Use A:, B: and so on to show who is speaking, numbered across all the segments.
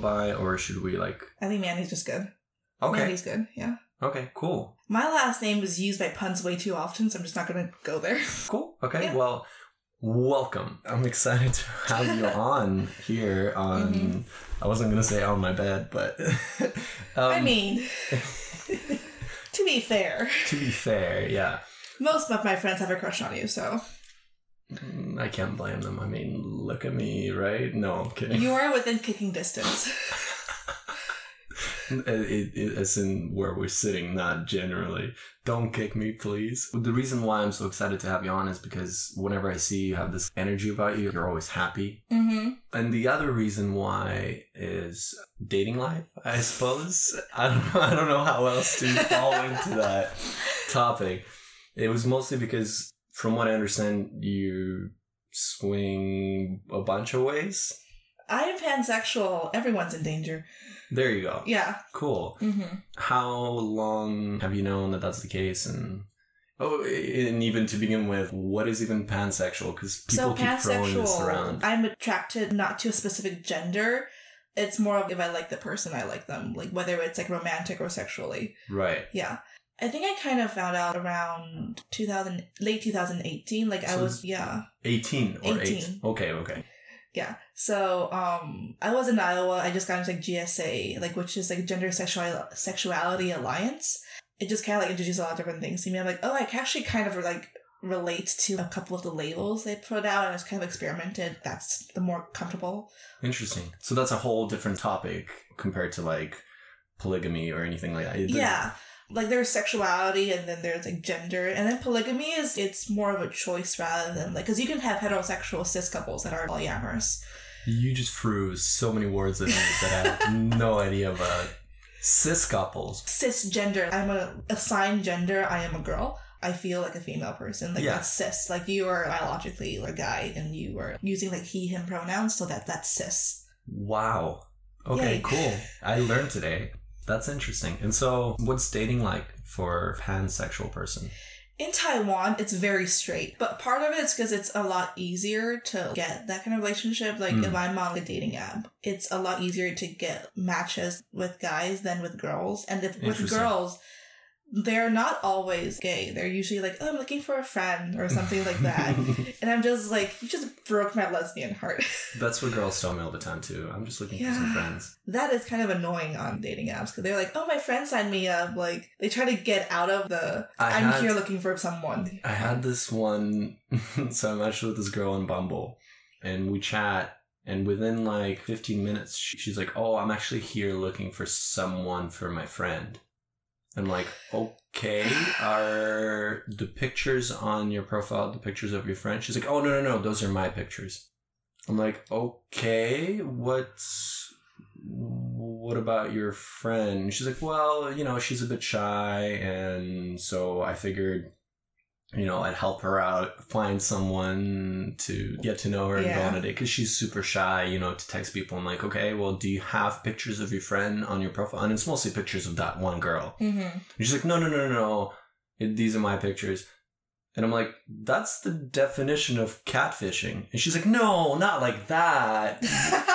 A: by, or should we like?
B: I think Mandy's just good.
A: Okay.
B: Mandy's good. Yeah.
A: Okay. Cool.
B: My last name is used by puns way too often, so I'm just not gonna go there.
A: Cool. Okay.
B: Yeah.
A: Well, welcome. I'm excited to have you on here. On
B: Mhm.
A: I wasn't gonna say on my bed, but um,
B: I mean, to be fair,
A: to be fair, yeah,
B: most of my friends have a crush on you, so
A: Mm, I can't blame them. I mean, look at me, right? No, I'm kidding.
B: you are within kicking distance.
A: It- it- it- as in where we're sitting, not generally. Don't kick me, please. The reason why I'm so excited to have you on is because whenever I see you, you have this energy about you. You're always happy.
B: Mm-hmm.
A: And the other reason why is dating life, I suppose. I don't know, I don't know how else to fall into that topic. It was mostly because from what I understand you swing a bunch of ways.
B: I am pansexual. Everyone's in danger.
A: There you go.
B: Yeah.
A: Cool.
B: Mm-hmm.
A: How long have you known that that's the case and Oh, and even to begin with, what is even pansexual? Because people
B: So
A: keep throwing this
B: pansexual.
A: around.
B: I'm attracted not to a specific gender. It's more of if I like the person, I like them. Like whether it's like romantic or sexually.
A: Right.
B: Yeah. I think I kind of found out around 2000, late 2018. Like I
A: So it's-
B: was, yeah,
A: 18 or 8.
B: 18.
A: Okay, okay.
B: yeah. So um, I was in Iowa. I just got into like GSA, like which is like Gender Sexual Sexuality Alliance. It just kind of like introduced a lot of different things to me. I'm like, oh, I can actually kind of like relate to a couple of the labels they put out, and I just kind of experimented. That's the more comfortable
A: Interesting. So that's a whole different topic compared to like polygamy or anything like that. It-
B: Yeah. Like there's sexuality and then there's like gender and then polygamy is it's more of a choice rather than like because you can have heterosexual cis couples that are polyamorous.
A: You just threw so many words at me that I have no idea about. Cis couples.
B: Cisgender. I'm a assigned gender. I am a girl. I feel like a female person. Like
A: Yeah.
B: that's cis. Like you are biologically a guy and you are using like he him pronouns so that that's cis.
A: Wow. Okay,
B: Yay.
A: cool. I learned today. That's interesting. And so, what's dating like for a pansexual person?
B: In Taiwan, it's very straight, but part of it's because it's a lot easier to get that kind of relationship. Like
A: Mm.
B: if I'm on a dating app, it's a lot easier to get matches with guys than with girls. And if with
A: Interesting.
B: girls, they're not always gay. They're usually like, "Oh, I'm looking for a friend" or something like that. And I'm just like, you just broke my lesbian heart.
A: That's what girls tell me all the time too. I'm just looking for some
B: Yeah.
A: friends.
B: that is kind of annoying on dating apps because they're like, "Oh, my friend signed me up." Like they try to get out of the
A: I
B: "I'm
A: had-
B: here looking for someone."
A: I had this one. so I matched with this girl in Bumble, and we chat. And within like 15 minutes, she- she's like, "Oh, I'm actually here looking for someone for my friend." I'm like, "Okay, are the pictures on your profile the pictures of your friend?" She's like, "Oh no, no, no, those are my pictures." I'm like, "Okay, what's what about your friend?" She's like, "Well, you know, she's a bit shy, and so I figured you know, I'd help her out, find someone to get to know her and go
B: Yeah.
A: on a date because she's super shy, you know, to text people. I'm like, okay, well, do you have pictures of your friend on your profile? And it's mostly pictures of that one girl.
B: Mm-hmm.
A: And she's like, no, no, no, no, no. It- these are my pictures. And I'm like, that's the definition of catfishing. And she's like, no, not like that.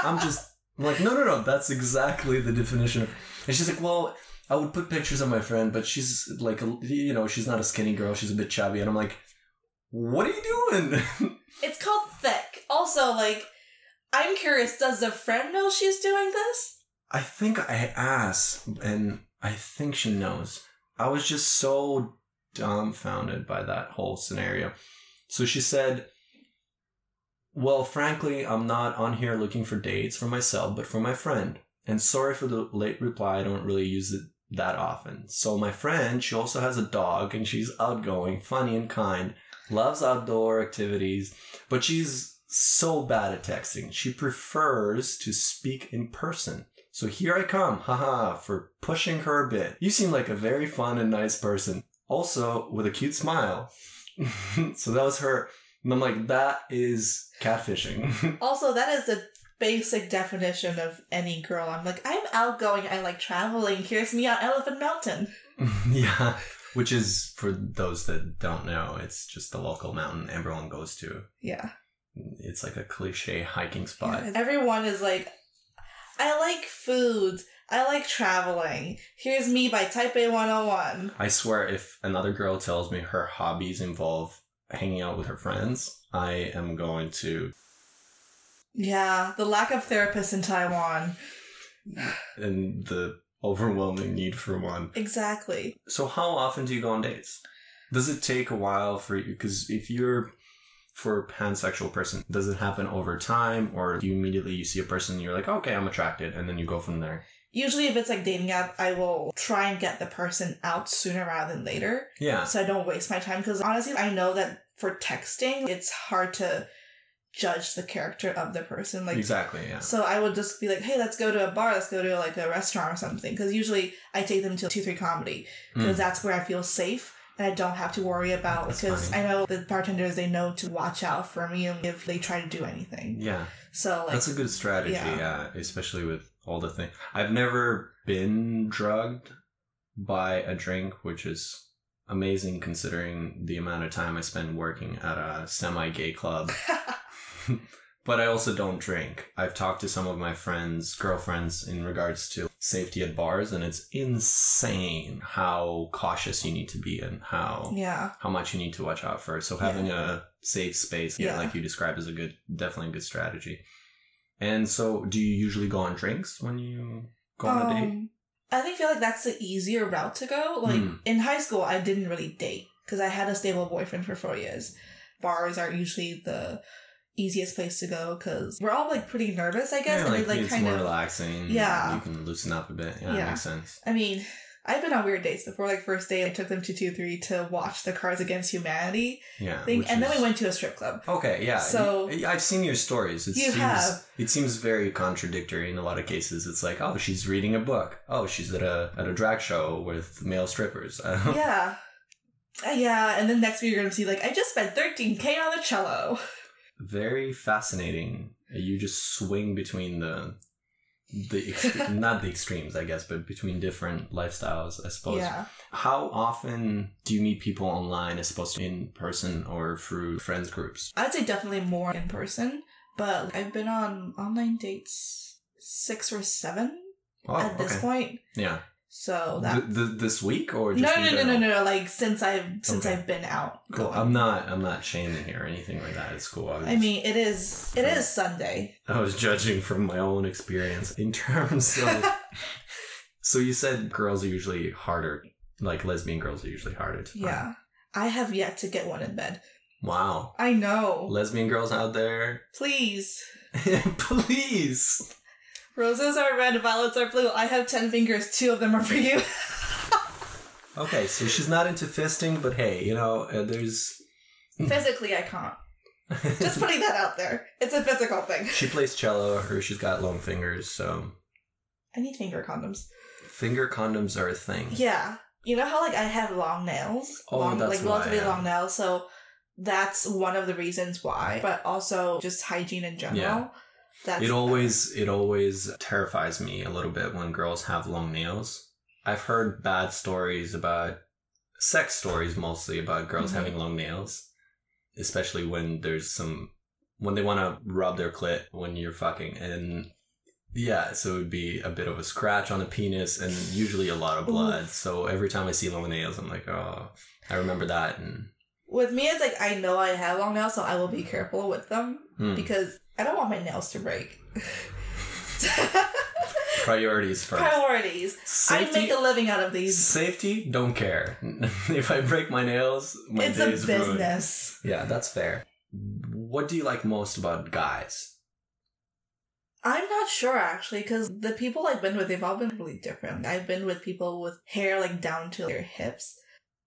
A: I'm just I'm like, no, no, no. That's exactly the definition of. And she's like, well, I would put pictures of my friend, but she's like, a, you know, she's not a skinny girl. She's a bit chubby, and I'm like, what are you doing?
B: It's called thick. Also, like, I'm curious, does the friend know she's doing this?
A: I think I asked, and I think she knows. I was just so dumbfounded by that whole scenario. So she said, Well, frankly, I'm not on here looking for dates for myself, but for my friend. And sorry for the late reply, I don't really use it that often. So, my friend, she also has a dog, and she's outgoing, funny, and kind, loves outdoor activities, but she's so bad at texting. She prefers to speak in person. So here I come, haha, for pushing her a bit. You seem like a very fun and nice person, also with a cute smile. so that was her. And I'm like, that is catfishing.
B: Also, that is the basic definition of any girl. I'm like, I'm outgoing, I like traveling. Here's me on Elephant Mountain.
A: yeah. Which is, for those that don't know, it's just the local mountain everyone goes to.
B: Yeah.
A: It's like a cliche hiking spot.
B: Everyone is like, I like food. I like traveling. Here's me by Taipei 101.
A: I swear, if another girl tells me her hobbies involve hanging out with her friends, I am going to.
B: Yeah, the lack of therapists in Taiwan.
A: and the overwhelming need for one.
B: Exactly.
A: So, how often do you go on dates? Does it take a while for you? Because if you're for a pansexual person, does it happen over time, or do you immediately you see a person and you're like, okay, I'm attracted, and then you go from there?
B: Usually, if it's like dating app, I will try and get the person out sooner rather than later,
A: Yeah,
B: so I don't waste my time. Because honestly, I know that for texting, it's hard to judge the character of the person. Like,
A: exactly. Yeah.
B: so I would just be like, "Hey, let's go to a bar. Let's go to like a restaurant or something." Because usually, I take them to two three comedy. because
A: Mm.
B: that's where I feel safe and I don't have to worry about
A: That's
B: because
A: funny.
B: I know the bartenders they know to watch out for me and if they try to do anything.
A: Yeah.
B: So like
A: That's a good strategy, yeah.
B: yeah.
A: especially with all the things. I've never been drugged by a drink, which is amazing considering the amount of time I spend working at a semi gay club. but I also don't drink. I've talked to some of my friends, girlfriends, in regards to safety at bars, and it's insane how cautious you need to be and how
B: yeah.
A: how much you need to watch out for. So having a safe space, yeah,
B: Yeah.
A: like you described, is a good, definitely a good strategy. And so, do you usually go on drinks when you go on a date?
B: Um, I think feel like that's the easier route to go. Like
A: Hmm.
B: in high school, I didn't really date because I had a stable boyfriend for four years. Bars are usually the easiest place to go because we're all like pretty nervous, I guess,
A: Yeah,
B: and
A: like,
B: we, like
A: it's
B: kind
A: more
B: of.
A: relaxing.
B: Yeah.
A: you can loosen up a bit. Yeah,
B: Yeah.
A: makes sense.
B: I mean, I've been on weird dates before. Like first day, I took them to two three to watch the Cards Against Humanity.
A: Yeah,
B: thing,
A: which
B: and then
A: is-
B: we went to a strip club.
A: Okay, yeah.
B: So-
A: You- I've seen your stories. It
B: You
A: seems
B: have.
A: it seems very contradictory in a lot of cases. It's like, oh, she's reading a book. Oh, she's at a at a drag show with male strippers.
B: yeah. Uh, yeah, and then next week you're gonna see like I just spent 13k on the cello.
A: very fascinating. You just swing between the the extre- not the extremes, I guess, but between different lifestyles, I suppose.
B: Yeah,
A: How often do you meet people online as opposed to in person or through friends groups?
B: I'd say definitely more in person, but I've been on online dates six or seven
A: Oh,
B: at this point.
A: Yeah.
B: So
A: Th-
B: that
A: th- this week or
B: no,
A: just in
B: no, no, no,
A: general?
B: no, no, like since I've since
A: Okay.
B: I've been out.
A: Cool.
B: going.
A: I'm not. I'm not shaming here or anything like that. It's cool. I, was
B: I mean, it is it is Sunday.
A: I was judging from my own experience in terms of. so you said girls are usually harder, like lesbian girls are usually harder. To find.
B: yeah, I have yet to get one in bed.
A: Wow.
B: I know.
A: lesbian girls out there,
B: Please.
A: please.
B: Roses are red, violets are blue. I have ten fingers. Two of them are for you.
A: Okay, so she's not into fisting, but hey, you know, uh, there's.
B: Physically, I can't. Just putting that out there. It's a physical thing.
A: she plays cello, or she's got long fingers, so
B: I need finger condoms.
A: finger condoms are a thing.
B: Yeah. You know how like I have long nails?
A: Oh,
B: long,
A: that's
B: like
A: why,
B: relatively
A: yeah.
B: long nails, so that's one of the reasons why. But also just hygiene in general.
A: Yeah.
B: That's
A: It always it always terrifies me a little bit when girls have long nails. I've heard bad stories about sex stories mostly about girls
B: Mhm.
A: having long nails, especially when there's some when they want to rub their clit when you're fucking and yeah, so it would be a bit of a scratch on the penis and usually a lot of blood. So every time I see long nails, I'm like, oh, I remember that. And
B: with me it's like I know I have long nails, so I will be careful with them
A: Hmm.
B: because I don't want my nails to break.
A: priorities first.
B: Priorities. I
A: Safety
B: make a living out of these.
A: Safety, don't care. if I break my nails, my
B: it's a
A: day is ruined.
B: business.
A: Yeah, that's fair. What do you like most about guys?
B: I'm not sure actually, because the people I've been with, they've all been really different. I've been with people with hair like down to their hips,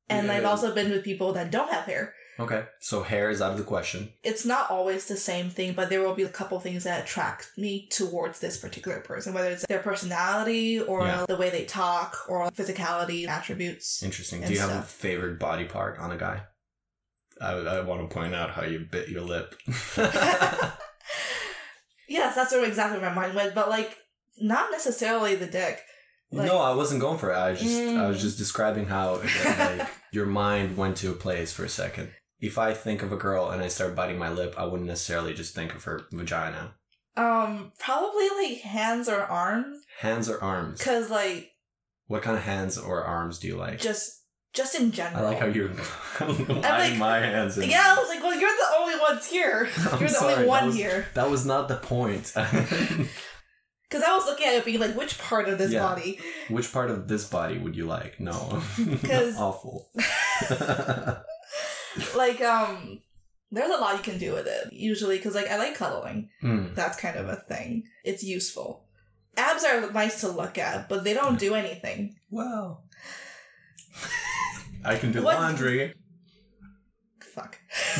B: and I've
A: Yeah.
B: also been with people that don't have hair.
A: Okay, so hair is out of the question.
B: It's not always the same thing, but there will be a couple things that attract me towards this particular person, whether it's their personality or
A: Yeah.
B: the way they talk or physicality attributes.
A: Interesting. Do
B: And
A: you have a
B: stuff.
A: favorite body part on a guy? I, I want to point out how you bit your lip.
B: Yes, that's sort of exactly where my mind went, but like not necessarily the dick. Like-
A: no, I wasn't going for it. I was just I was
B: Mm.
A: just describing how like your mind went to a place for a second. If I think of a girl and I start biting my lip, I wouldn't necessarily just think of her vagina.
B: Um, probably like hands or arms,
A: Hands or arms?
B: because like
A: What kind of hands or arms do you like?
B: just just in
A: I
B: general.
A: like how you're lying
B: like-
A: my hands. In.
B: Yeah, I was like, well, you're the only ones here.
A: I'm
B: you're the
A: sorry,
B: only
A: that
B: one
A: was-
B: here.
A: That was not the point.
B: Because I was looking at it being like, which part of this
A: Yeah.
B: body?
A: Which part of this body would you like? No.
B: 'Cause-
A: Awful.
B: Like, um, there's a lot you can do with it usually. Because like, I like cuddling.
A: Hmm.
B: That's kind of a thing. It's useful. Abs are nice to look at, but they don't do anything.
A: Well. I can do
B: What-
A: laundry.
B: Fuck.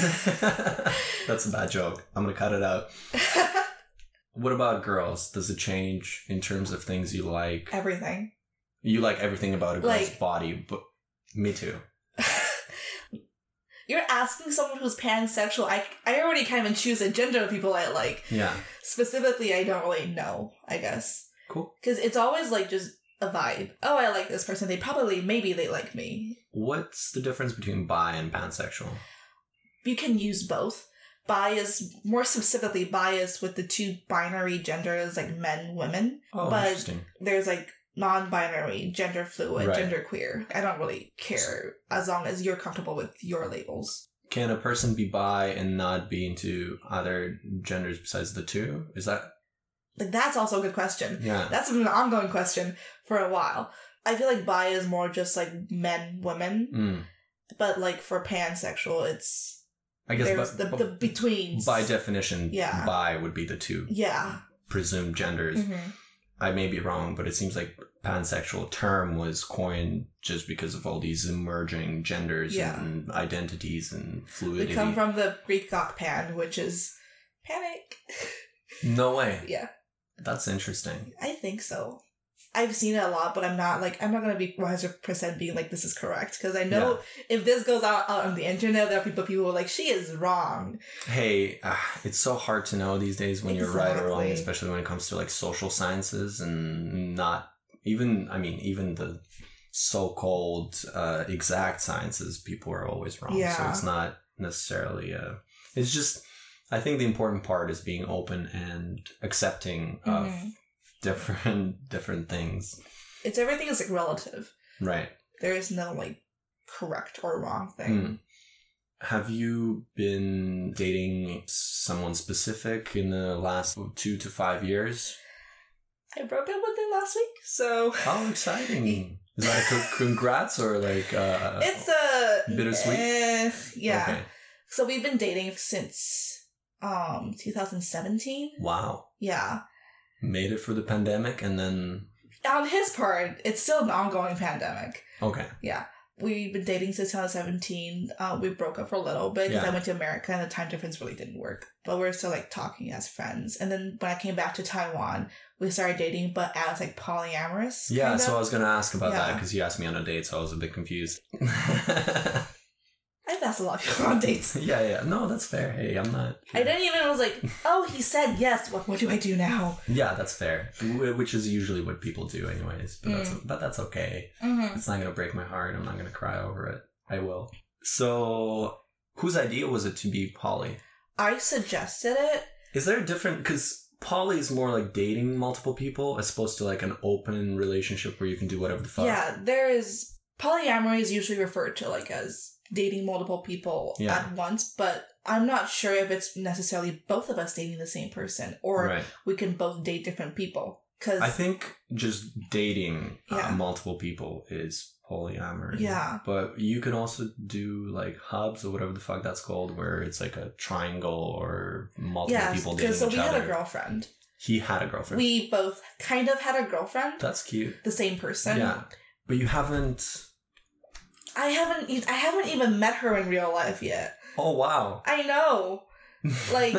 A: That's a bad joke. I'm going to cut it out. What about girls? Does it change in terms of things you like?
B: Everything.
A: You like everything about a girl's
B: Like-
A: body, but me too.
B: You're asking someone who's pansexual. I, I already can't even choose a gender of people I like.
A: Yeah.
B: Specifically, I don't really know, I guess.
A: Cool.
B: Because it's always like just a vibe. Oh, I like this person. They probably, maybe they like me.
A: What's the difference between bi and pansexual?
B: You can use both. Bias, more specifically, bias with the two binary genders, like men, women.
A: Oh,
B: But-
A: interesting.
B: There's like non binary, gender fluid,
A: Right.
B: gender queer. I don't really care as long as you're comfortable with your labels.
A: Can a person be bi and not be into other genders besides the two? Is that
B: Like, that's also a good question.
A: yeah?
B: That's been an ongoing question for a while. I feel like bi is more just like men, women,
A: Mm.
B: but like for pansexual, it's
A: I guess
B: there's
A: but,
B: the, the betweens.
A: by definition,
B: Yeah.
A: bi would be the two
B: yeah.
A: presumed genders.
B: Mhm.
A: I may be wrong, but it seems like pansexual term was coined just because of all these emerging genders
B: Yeah.
A: and identities and
B: We
A: fluidity.
B: come from the Greek god pan, which is panic.
A: no way.
B: yeah,
A: That's interesting.
B: I think so. I've seen it a lot, but I'm not like I'm not gonna be 100 percent being like this is correct because I know if this goes out, out on the internet, there are people people who are like she is wrong.
A: Hey, uh, it's so hard to know these days when you're right or wrong,
B: Exactly.
A: especially when it comes to like social sciences and not even, I mean, even the so called uh, exact sciences, people are always wrong. So
B: Yeah.
A: it's not necessarily a. It's just, I think the important part is being open and accepting of
B: Mhm.
A: different different things.
B: It's everything is like relative.
A: Right.
B: There is no like correct or wrong thing.
A: Mm. Have you been dating someone specific in the last two to five years?
B: I broke up with him last week, so
A: How exciting! Is that a co- congrats or like uh,
B: it's a
A: Bittersweet?
B: eh, yeah.
A: okay.
B: So we've been dating since um 2017.
A: Wow,
B: Yeah.
A: made it for the pandemic and then
B: On his part, it's still an ongoing pandemic.
A: okay,
B: We've been dating since 2017. Uh, we broke up for a little bit because
A: Yeah.
B: I went to America and the time difference really didn't work. But we're still like talking as friends. And then when I came back to Taiwan, we started dating, but as like polyamorous.
A: yeah.
B: kind
A: So I was gonna ask about that
B: Yeah.
A: because you asked me on a date, so I was a bit confused.
B: I've asked a lot of people on dates.
A: yeah, yeah. No, that's fair. Hey, I'm not.
B: I didn't even I was like, oh, he said yes. What, what do I do now?
A: Yeah, that's fair. Wh- Which is usually what people do, anyways. But that's
B: Mm.
A: but that's okay.
B: Mm-hmm.
A: It's not gonna break my heart. I'm not gonna cry over it. I will. So, whose idea was it to be poly?
B: I suggested it.
A: Is there a different? Because poly is more like dating multiple people as opposed to like an open relationship where you can do whatever the fuck.
B: Yeah, there is polyamory is usually referred to like as dating multiple people
A: Yeah.
B: at once, but I'm not sure if it's necessarily both of us dating the same person or
A: Right.
B: we can both date different people. Because
A: I think just dating
B: Yeah.
A: uh, multiple people is polyamory.
B: Yeah.
A: But you can also do like hubs or whatever the fuck that's called, where it's like a triangle or multiple
B: yeah,
A: people dating
B: because so
A: each
B: we
A: other.
B: had a girlfriend.
A: He had a girlfriend.
B: We both kind of had a girlfriend,
A: that's cute.
B: the same person.
A: yeah. But you haven't.
B: I haven't e- I haven't even met her in real life yet.
A: Oh wow.
B: I know. Like-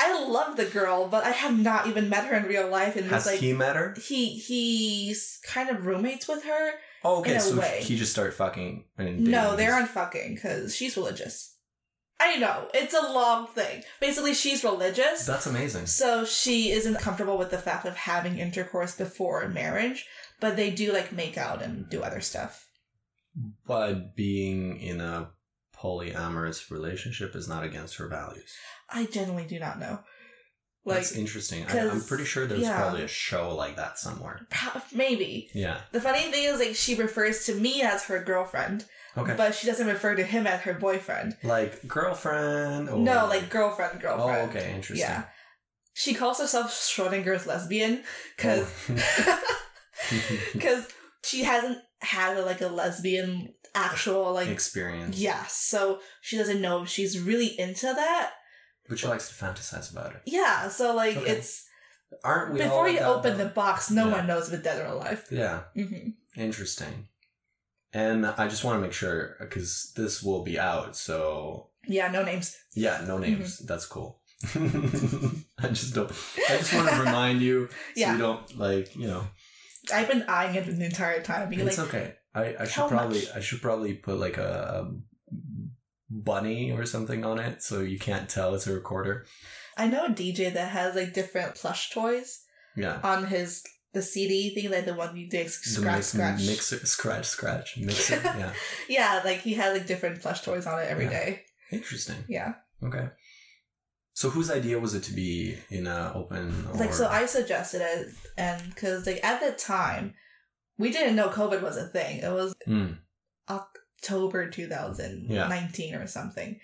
B: I love the girl, but I have not even met her in real life and
A: has
B: it's like
A: he met her?
B: he he's kind of roommates with her.
A: Oh, okay.
B: in a
A: So
B: way.
A: he just started fucking. And
B: No,
A: dating
B: they
A: these-
B: aren't fucking because she's religious. I know it's a long thing. Basically, she's religious,
A: That's amazing.
B: so she isn't comfortable with the fact of having intercourse before marriage. But they do like make out and do other stuff.
A: But being in a polyamorous relationship is not against her values.
B: I genuinely do not know. Like,
A: That's interesting. I,
B: 'cause-
A: I'm pretty sure there's
B: yeah.
A: probably a show like that somewhere.
B: pro- maybe.
A: Yeah.
B: The funny thing is, like, she refers to me as her girlfriend,
A: Okay.
B: but she doesn't refer to him as her boyfriend.
A: like girlfriend. Or...
B: No, like girlfriend,
A: Oh,
B: girlfriend.
A: okay, interesting.
B: Yeah. She calls herself Schrodinger's
A: Oh.
B: lesbian because because she hasn't had a, like a lesbian actual like
A: experience.
B: yeah, so she doesn't know if she's really into that.
A: But she likes to fantasize about it.
B: Yeah, so like
A: Okay.
B: it's
A: Aren't we all
B: before you
A: about
B: open the
A: that?
B: box, no
A: Yeah.
B: one knows if it's dead or alive.
A: Yeah,
B: hmm
A: interesting. And I just want to make sure because this will be out. So
B: Yeah, no names.
A: yeah,
B: Mm-hmm.
A: no names. That's cool. I just don't. I just want to remind you so
B: Yeah,
A: you don't like you know.
B: I've been eyeing it the entire time, being
A: It's
B: like,
A: okay. I, I
B: how
A: should probably
B: much?
A: I should probably put like a, a bunny or something on it so you can't tell it's a recorder.
B: I know a DJ that has like different plush toys
A: Yeah.
B: on his the CD thing, like the one you do like,
A: The
B: scratch,
A: mix-
B: scratch.
A: Mixer, scratch, scratch, mixer. yeah.
B: Yeah, like he had like different plush toys on it every
A: Yeah.
B: day.
A: Interesting.
B: Yeah.
A: Okay. So whose idea was it to be in a open? Or...
B: Like so I suggested it and cuz like at that time we didn't know COVID was a thing. It was
A: Mm,
B: October 2019 or something.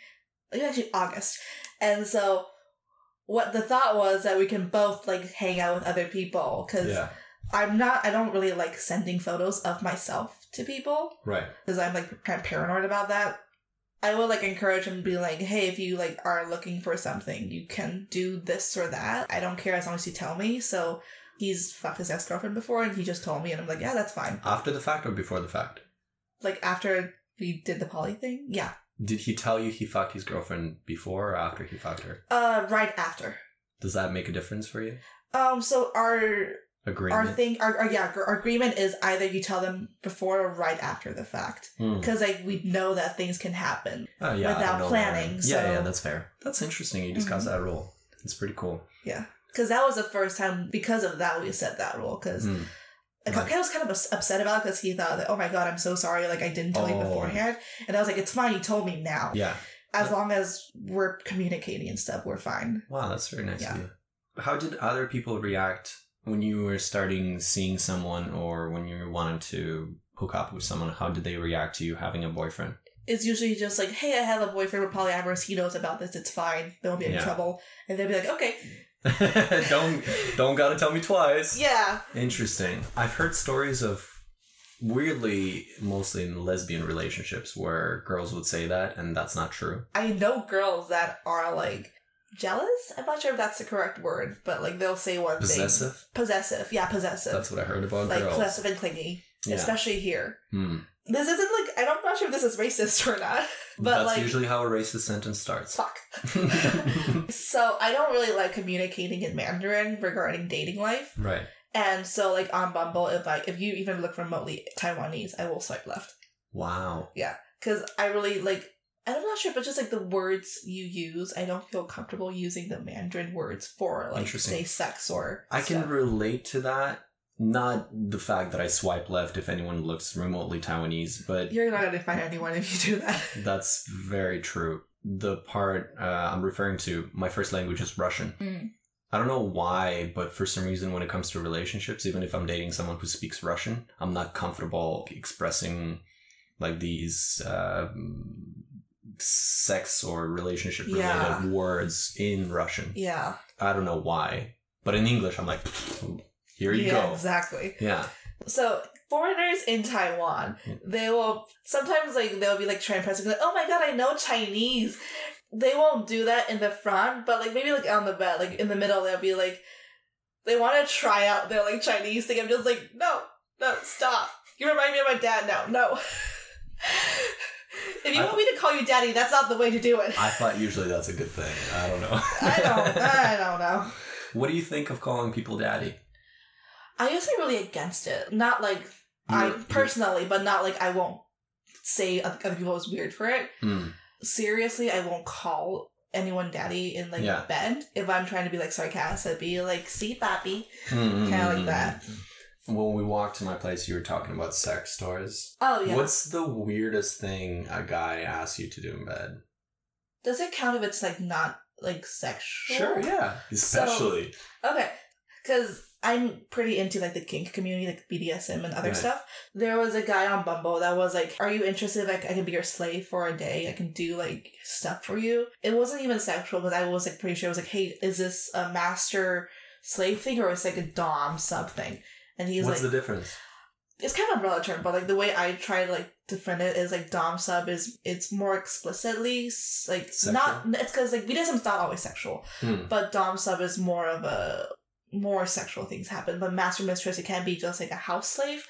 B: Like actually August. And so what the thought was that we can both like hang out with other people cuz
A: yeah.
B: I'm not I don't really like sending photos of myself to people
A: Right.
B: cuz I'm like kind of paranoid about that. I would like encourage him to be like, "Hey, if you like are looking for something, you can do this or that. I don't care as long as you tell me." So he's fucked his ex girlfriend before, and he just told me, and I'm like, "Yeah, that's fine."
A: After the fact or before the fact?
B: Like after we did the poly thing, yeah,
A: Did he tell you he fucked his girlfriend before or after he fucked her?
B: uh, right after.
A: Does that make a difference for you?
B: Um, so our
A: Agreement.
B: our thing, our, our yeah, our agreement is either you tell them before or right after the fact,
A: Mm.
B: because like we know that things can happen.
A: Oh, yeah, I
B: without
A: know that.
B: planning, so- Mm-hmm.
A: Yeah, yeah, that's fair. That's interesting. You discussed that rule. It's pretty cool.
B: Because that was the first time. Because of that, we set that rule. Because
A: Mm.
B: Like,
A: Right.
B: I was kind of ups- upset about because he thought that, oh my god, I'm so sorry, like I didn't tell you
A: Oh.
B: beforehand, and I was like, it's fine, you told me now.
A: Yeah.
B: As long as we're communicating and stuff, we're fine.
A: Wow, that's very nice
B: Yeah.
A: of you. How did other people react when you were starting seeing someone or when you wanted to hook up with someone? How did they react to you having a boyfriend?
B: It's usually just like, hey, I have a boyfriend with polyamorous. He knows about this. It's fine. They won't be in
A: Yeah.
B: trouble, and they'll be like, okay,
A: don't don't gotta tell me twice.
B: yeah,
A: Interesting. I've heard stories of weirdly mostly in lesbian relationships where girls would say that and that's not true.
B: I know girls that are like jealous. I'm not sure if that's the correct word, but like they'll say one thing.
A: Possessive?
B: Possessive, yeah, possessive,
A: That's what I heard about
B: like
A: girls.
B: possessive and clingy,
A: yeah.
B: especially here.
A: Hmm.
B: This isn't like I'm not sure if this is racist or not, but
A: that's
B: like
A: usually how a racist sentence starts.
B: fuck. So I don't really like communicating in Mandarin regarding dating life,
A: right.
B: and so like on Bumble, if like if you even look remotely Taiwanese, I will swipe left
A: Wow.
B: because I really like. I'm not sure, but just like the words you use, I don't feel comfortable using the Mandarin words for like
A: Interesting.
B: say sex or.
A: I can
B: stuff.
A: relate to that. Not the fact that I swipe left if anyone looks remotely Taiwanese, but
B: You're not gonna find anyone if you do that.
A: that's very true. The part uh, I'm referring to, my first language is Russian.
B: Mm.
A: I don't know why, but for some reason, when it comes to relationships, even if I'm dating someone who speaks Russian, I'm not comfortable expressing like these uh, sex or relationship related
B: Yeah.
A: words in Russian.
B: Yeah.
A: I don't know why, but in English, I'm like, here you
B: yeah,
A: go.
B: Exactly.
A: Yeah.
B: So foreigners in Taiwan,
A: Yeah.
B: they will sometimes like they'll be like trying to press like, oh my god, I know Chinese. They won't do that in the front, but like maybe like on the back, like in the middle, they'll be like they want to try out their like Chinese thing. I'm just like, no, no, stop. You remind me of my dad now. No. if you
A: I-
B: want me to call you daddy, that's not the way to do it.
A: I thought usually that's a good thing. I don't know.
B: I don't. I don't know.
A: What do you think of calling people daddy?
B: I used to be really against it. Not like I
A: You're-
B: personally, but not like I won't say other other people was weird for it.
A: Mm,
B: Seriously, I won't call anyone daddy in like
A: Yeah.
B: bed if I'm trying to be like sarcastic. I'd be like, "See, Bobby."
A: mm,
B: Kinda like
A: mm, mm,
B: that.
A: mm. When we walked to my place, you were talking about sex stories.
B: Oh yeah.
A: What's the weirdest thing a guy asks you to do in bed?
B: Does it count if it's like not like sexual.
A: Sure, yeah.
C: Especially.
B: Okay, because I'm pretty into like the kink community, like BDSM and other
A: Right.
B: stuff. There was a guy on Bumble that was like, "Are you interested? Like, I can be your slave for a day. I can do like stuff for you." It wasn't even sexual, but I was like pretty sure. I was like, "Hey, is this a master slave thing or is it like a dom something?" And he's
A: What's
B: like,
A: the difference?
B: "It's kind of an umbrella term, but like the way I try to like defend it is like dom sub is it's more explicitly s- like not it's because like BDSM's not always sexual."
A: Hmm.
B: But dom sub is more of a more sexual things happen. But master mistress, it can be just like a house slave,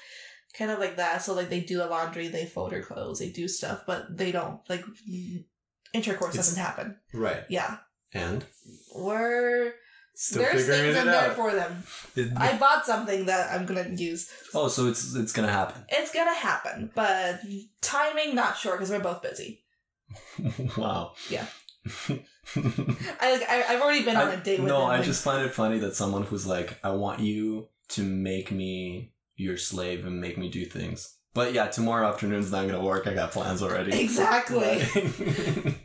B: kind of like that. So like they do the laundry, they fold her clothes, they do stuff, but they don't like intercourse
A: It's-
B: doesn't happen.
A: Right.
B: Yeah,
A: And
B: we're
C: Still
B: there's
C: figuring
B: things
C: it
B: in there
C: out.
B: for them.
A: It-
B: I bought something that I'm gonna use.
A: oh, so it's it's gonna happen.
B: It's gonna happen, but timing not sure because we're both busy.
A: wow.
B: Yeah.
A: I,
B: I like I, I've already been on a date with
A: no,
B: him,
A: I
B: like-
A: just find it funny that someone who's like, I want you to make me your slave and make me do things. But yeah, tomorrow afternoon's not gonna work. I got plans already.
B: exactly.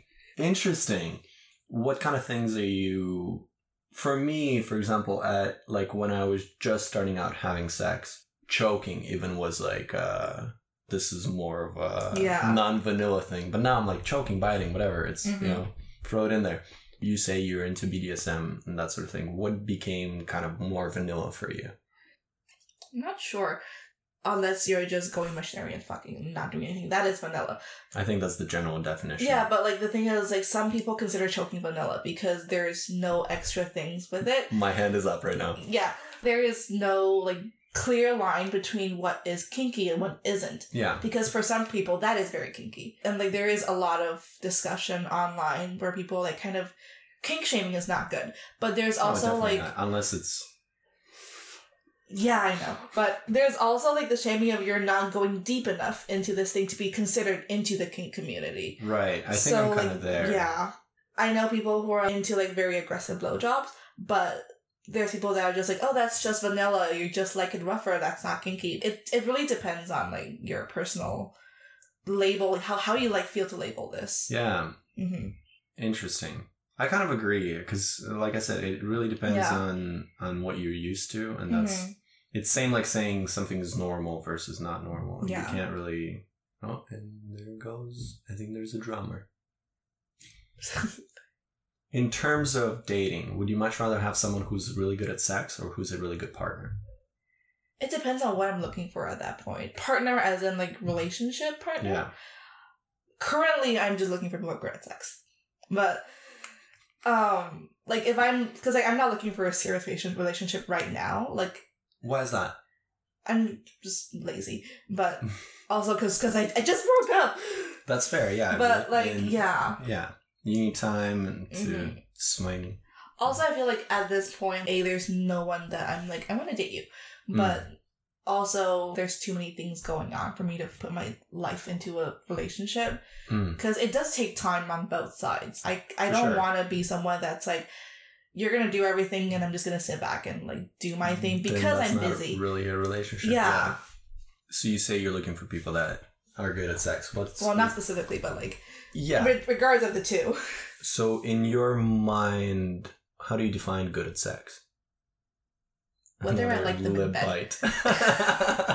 A: Interesting. What kind of things are you? For me, for example, at like when I was just starting out having sex, choking even was like uh this is more of a
B: Yeah.
A: non-vanilla thing. But now I'm like choking, biting, whatever. It's
B: Mhm.
A: you know throw it in there. You say you're into BDSM and that sort of thing. What became kind of more vanilla for you?
B: I'm not sure. Unless you're just going missionary and fucking not doing anything. That is vanilla.
A: I think that's the general definition.
B: Yeah, but like the thing is, like some people consider choking vanilla because there's no extra things with it.
A: my hand is up right now.
B: Yeah, there is no like clear line between what is kinky and what isn't.
A: Yeah.
B: Because for some people, that is very kinky. And like there is a lot of discussion online where people like kind of kink shaming is not good. But there's
A: No,
B: also
A: Oh, definitely
B: like,
A: not. unless it's
B: yeah, I know. But there's also like the shaming of you're not going deep enough into this thing to be considered into the kink community.
A: Right. I think I'm kind
B: like,
A: of there.
B: Yeah. I know people who are into like very aggressive blowjobs, but there's people that are just like, oh, that's just vanilla. You just like it rougher. That's not kinky. It it really depends on like your personal label, how how you like feel to label this.
A: Yeah.
B: hmm
A: Interesting. I kind of agree because, like I said, it really depends
B: Yeah. Mm-hmm.
A: on on what you're used to, and that's it's same like saying something's normal versus not normal. You
B: Yeah.
A: can't really. Oh, and there goes. I think there's a drummer.
B: Mm-hmm.
A: In terms of dating, would you much rather have someone who's really good at sex or who's a really good partner?
B: It depends on what I'm looking for at that point. Partner, as in like relationship partner.
A: Yeah.
B: currently I'm just looking for people with great sex. But um like if I'm because like, I'm not looking for a serious relation- relationship right now. Like
A: Why is that?
B: I'm just lazy. But also because cause I, I just broke up.
A: That's fair. Yeah.
B: But like
A: And-
B: yeah.
A: Yeah. You need time and to
B: Mhm.
A: swing.
B: Also I feel like at this point, A, there's no one that I'm like, I wanna date you.
A: Mm.
B: But also there's too many things going on for me to put my life into a relationship.
A: Mm.
B: because it does take time on both sides. I I
A: For
B: don't
A: sure.
B: want to be someone that's like, you're gonna do everything and I'm just gonna sit back and like do my thing
A: Um, Mm, Then
B: because
A: that's
B: I'm
A: not
B: busy.
A: Really, a relationship.
B: Yeah.
A: So you say you're looking for people that are good at sex. What's
B: well, not specifically, but like
A: yeah.
B: re- regards of the two.
A: so in your mind, how do you define good at sex?
B: Whether I
A: Another
B: like them in
A: lip
B: bed.
A: bite.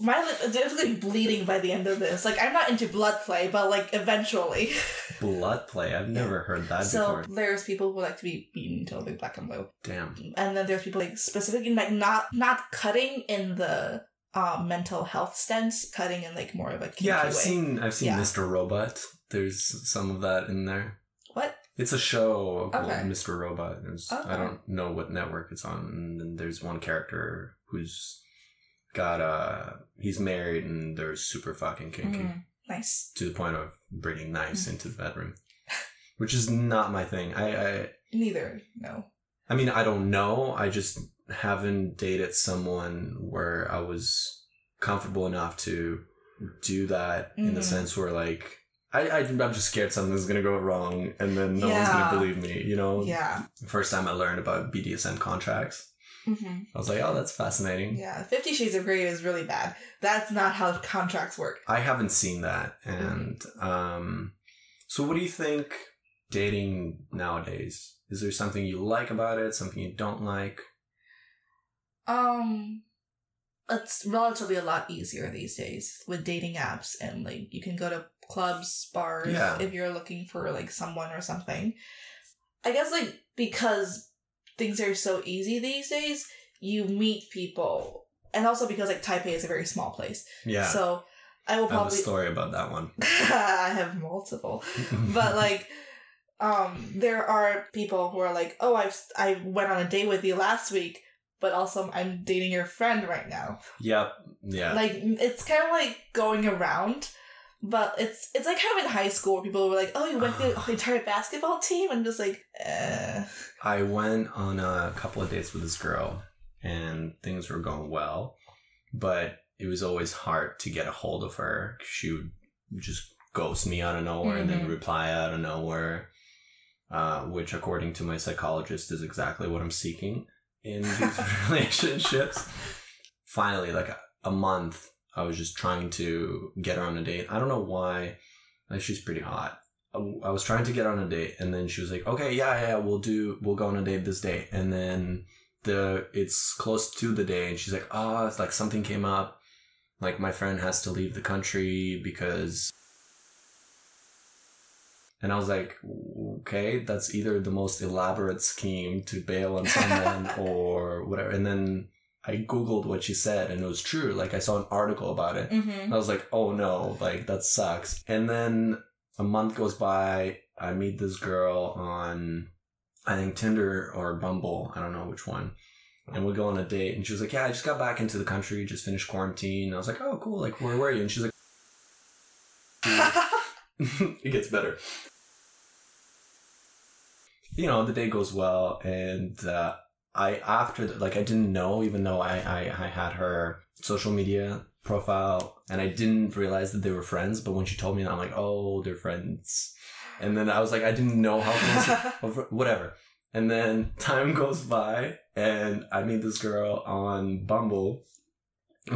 B: my lip is like bleeding by the end of this. Like I'm not into blood play, but like eventually.
A: Blood play. I've never heard that
B: so
A: before.
B: there's people who like to be beaten until they're black and blue,
A: Damn.
B: and then there's people like specifically like not not cutting in the. Uh, mental health sense, cutting in like more of a kinky
A: Yeah, I've
B: way.
A: seen. I've seen
B: Yeah.
A: Mr. Robot. There's some of that in there.
B: what
A: It's a show called
B: Okay.
A: Mr. Robot. There's, I
B: Okay.
A: don't know what network it's on. And then there's one character who's got uh he's married and they're super fucking kinky
B: Mm, nice.
A: to the point of bringing knives
B: Mm.
A: into the bedroom, which is not my thing. I, I
B: Neither. No.
A: I mean I don't know. I just haven't dated someone where I was comfortable enough to do that in the
B: Mhm.
A: sense where like. I, I, I'm just scared something's gonna go wrong and then no one's
B: Yeah.
A: gonna believe me, you know?
B: Yeah.
A: The first time I learned about BDSM contracts,
B: hmm
A: I was like, oh, that's fascinating.
B: Yeah. Fifty Shades of Grey is really bad. That's not how contracts work.
A: I haven't seen that. And um, so, what do you think? dating nowadays? Is there something you like about it? Something you don't like?
B: Um, it's relatively a lot easier these days with dating apps, and like you can go to clubs, bars
A: Yeah.
B: if you're looking for like someone or something. I guess like because things are so easy these days, you meet people, and also because like Taipei is a very small place,
A: Yeah,
B: so I will
A: I have a
B: probably
A: story about that one.
B: I have multiple but like um there are people who are like oh i've i went on a date with you last week but also i'm dating your friend right now
A: yep, yeah,
B: like it's kind of like going around but it's it's like kind of in high school where people were like oh you went through the entire basketball team and just like eh.
A: I went on a couple of dates with this girl and things were going well, but it was always hard to get a hold of her. She would just ghost me out of nowhere and then
B: Mhm.
A: reply out of nowhere, uh, which, according to my psychologist, is exactly what I'm seeking in these relationships. Finally, like a, a month, I was just trying to get her on a date. I don't know why. Like, she's pretty hot. I I was trying to get on a date, and then she was like, "Okay, yeah, yeah, we'll do, we'll go on a date this day." And then the it's close to the day, and she's like, "Ah, it's like something came up. Like my friend has to leave the country because." And I was like, "Okay, that's either the most elaborate scheme to bail on someone or whatever." And then I googled what she said, and it was true. Like I saw an article about it,
B: mm-hmm.
A: I was like, oh no, like that sucks. And then a month goes by. I meet this girl on, I think Tinder or Bumble. I don't know which one. And we go on a date, and she was like, yeah, I just got back into the country, just finished quarantine. And I was like, oh cool, like where were you? And she's like, it gets better. You know, the day goes well, and uh, I after the, like I didn't know, even though I, I I had her social media profile, and I didn't realize that they were friends. But when she told me, that, I'm like, oh, they're friends. And then I was like, I didn't know how close over- whatever. And then time goes by, and I meet this girl on Bumble.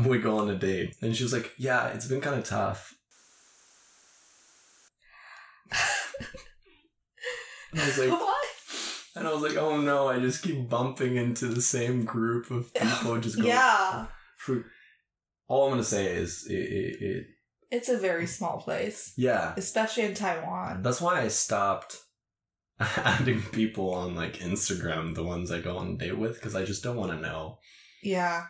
A: We go on a date, and she was like, "Yeah, it's been kind of tough." And I was like,
B: what
A: and I was like, "Oh no, I just keep bumping into the same group of people." Just going,
B: yeah
A: through." All I'm gonna say is, it, it, it,
B: it's a very small place
A: yeah,
B: especially in taiwan
A: That's why I stopped adding people on like Instagram, the ones I go on a date with, because I just don't want to know.
B: Yeah.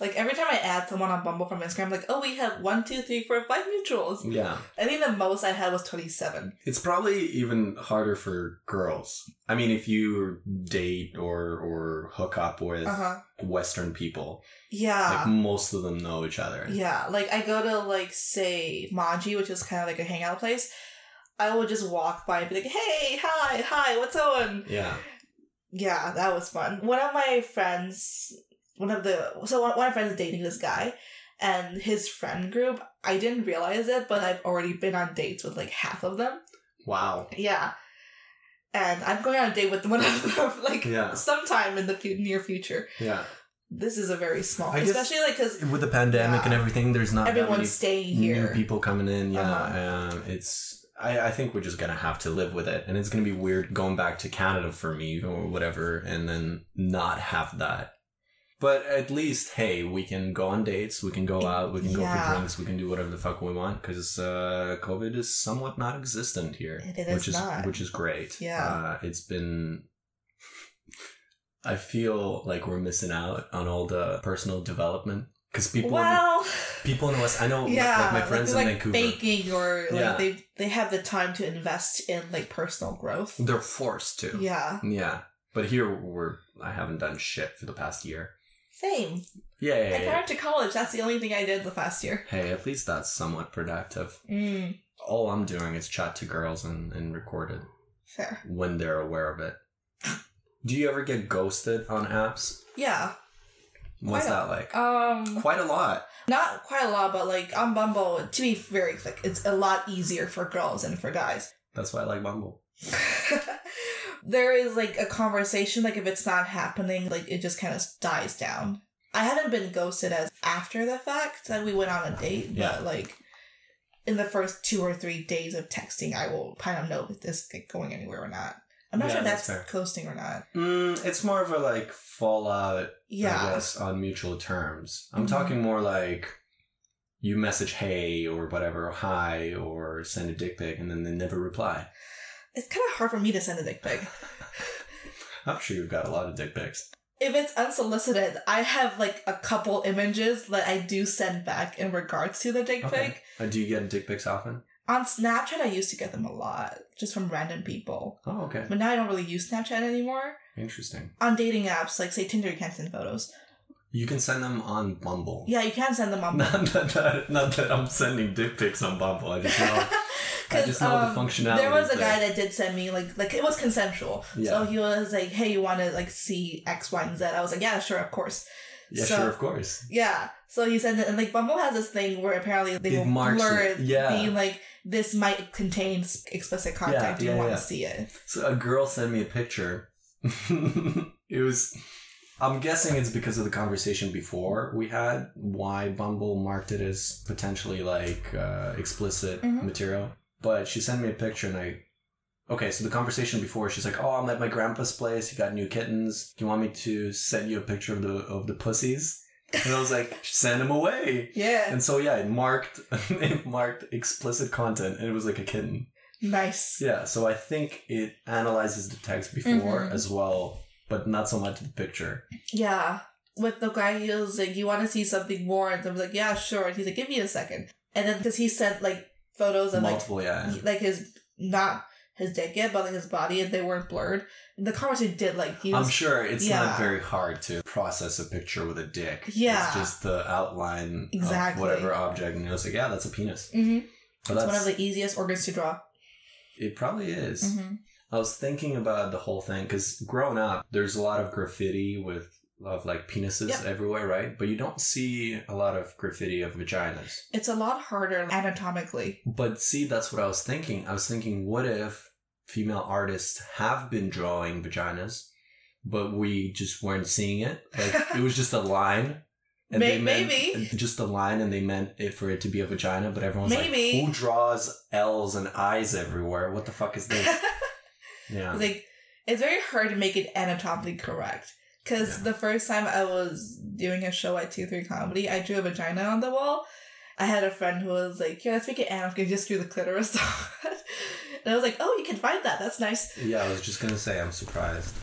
B: Like every time I add someone on Bumble from Instagram, I'm like, oh, we have one, two, three, four, five mutuals.
A: Yeah.
B: I think the most I had was 27.
A: It's probably even harder for girls. I mean, if you date or or hook up with
B: Uh huh.
A: Western people, like
B: Yeah.
A: most of them know each other.
B: Ah. yeah. Like I go to, like, say, Maji, which is kind of like a hangout place. I will just walk by and be like, hey, hi, hi, what's going?
A: Yeah.
B: Yeah, that was fun. One of my friends, one of the, so one, one of my friends is dating this guy. And his friend group, I didn't realize it, but I've already been on dates with like half of them.
A: Wow.
B: Yeah. And I'm going on a date with one of them, like,
A: Yeah.
B: sometime in the fu- near future.
A: Yeah.
B: This is a very small,
A: I guess-
B: especially like because
A: With the pandemic
B: Yeah.
A: and everything, there's not that many
B: everyone's staying
A: new
B: here.
A: people coming in. Yeah,
B: Uh-huh.
A: um, it's. I, I think we're just gonna have to live with it, and it's gonna be weird going back to Canada for me or whatever, and then not have that. But at least, hey, we can go on dates, we can go out, we can go
B: Yeah.
A: for drinks, we can do whatever the fuck we want because uh, COVID is somewhat non-existent here,
B: It is
A: which is
B: not.
A: which is great.
B: Yeah.
A: uh, it's been. I feel like we're missing out on all the personal development because people
B: well,
A: people in West. I know, like-
B: yeah,
A: like, my friends
B: they're,
A: in
B: like
A: Vancouver,
B: baking or like
A: Yeah.
B: they they have the time to invest in like personal growth.
A: they're forced to.
B: Yeah,
A: Yeah. But here we're. I haven't done shit for the past year.
B: same.
A: Yeah. yeah,
B: I
A: yeah.
B: got into college. That's the only thing I did the past year.
A: Hey, at least that's somewhat productive.
B: Mm,
A: All I'm doing is chat to girls and and record it
B: fair.
A: when they're aware of it. Do you ever get ghosted on apps?
B: Yeah.
A: What's
B: Quite a-
A: that like?
B: Um.
A: Quite a lot.
B: Not quite a lot, but like on Bumble, to be very quick, it's a lot easier for girls and for guys.
A: That's why I like Bumble.
B: there is like a conversation like if it's not happening like it just kind of dies down i haven't been ghosted as after the fact that we went on a date
A: Yeah.
B: but like in the first two or three days of texting, I will kind of know if this is going anywhere or not. I'm not
A: Yeah,
B: sure if
A: that's
B: that's,
A: fair.
B: coasting or not.
A: Mm, it's more of a like fallout, I
B: Yeah.
A: guess, on mutual terms. I'm
B: Mhm.
A: talking more like you message hey or whatever, hi, or send a dick pic, and then they never reply.
B: It's kind of hard for me to send a dick pic.
A: I'm sure you've got a lot of dick pics.
B: if it's unsolicited, I have like a couple images that I do send back in regards to the dick pic.
A: Okay. Uh, do you get dick pics often?
B: On Snapchat, I used to get them a lot, just from random people.
A: Oh, okay.
B: But now I don't really use Snapchat anymore.
A: Interesting.
B: On dating apps, like say Tinder, you can't send photos.
A: You can send them on Bumble.
B: Yeah, you can send them on.
A: Not, not, that, not that I'm sending dick pics on Bumble. I just know, I just know the functionality.
B: um, there was a
A: is
B: guy that did send me like like it was consensual.
A: Yeah.
B: So he was like, "Hey, you want to like see X, Y, and Z?" I was like, "Yeah, sure, of course."
A: yeah,
B: so-
A: sure, of course.
B: Yeah. So he said that, and like Bumble has this thing where apparently they
A: It
B: will
A: marks
B: blur
A: it.
B: it,
A: Yeah.
B: being like this might contain s- explicit content.
A: Yeah,
B: Do you
A: yeah,
B: want
A: yeah.
B: to see it?
A: So a girl sent me a picture. it was. I'm guessing it's because of the conversation before we had why Bumble marked it as potentially like uh, explicit
B: Mhm.
A: material. But she sent me a picture and I. Okay, so the conversation before, she's like, "Oh, I'm at my grandpa's place. He got new kittens. Do you want me to send you a picture of the of the pussies?" And I was like, "Send them away."
B: Yeah.
A: And so yeah, it marked it marked explicit content, and it was like a kitten.
B: nice.
A: Yeah, so I think it analyzes the text before
B: Mhm.
A: as well, but not so much the picture.
B: Yeah. With the guy, he was like, "You want to see something more?" And I was like, "Yeah, sure." And he's like, "Give me a second. And then because he sent like photos of like
A: Multiple, yeah.
B: he- like his not his dick yet, but like his body, and they weren't blurred. And the conversation did like he was.
A: I'm sure it's not
B: yeah.
A: very hard to process a picture with a dick.
B: Yeah.
A: It's just the outline
B: Exactly.
A: of whatever object, and it's like, yeah, that's a penis.
B: Mhm.
A: So
B: It's
A: that's,
B: one of the easiest organs to draw.
A: it probably is.
B: Mm-hmm.
A: I was thinking about the whole thing because growing up, there's a lot of graffiti with of like penises
B: Yeah.
A: everywhere, right? But you don't see a lot of graffiti of vaginas.
B: It's a lot harder anatomically.
A: But see, that's what I was thinking. I was thinking, what if female artists have been drawing vaginas, but we just weren't seeing it? Like it was just a line.
B: May-
A: meant,
B: maybe.
A: just a line, and they meant it for it to be a vagina, but everyone's
B: Maybe.
A: like, "Who draws L's and I's everywhere? What the fuck is this?" yeah,
B: like it's very hard to make it anatomically correct because
A: Yeah.
B: the first time i was doing a show at 2-3 comedy i drew a vagina on the wall i had a friend who was like yeah let's make it anatomically just drew the clitoris on it." and i was like oh you can find that that's nice
A: yeah. I was just gonna say, I'm surprised.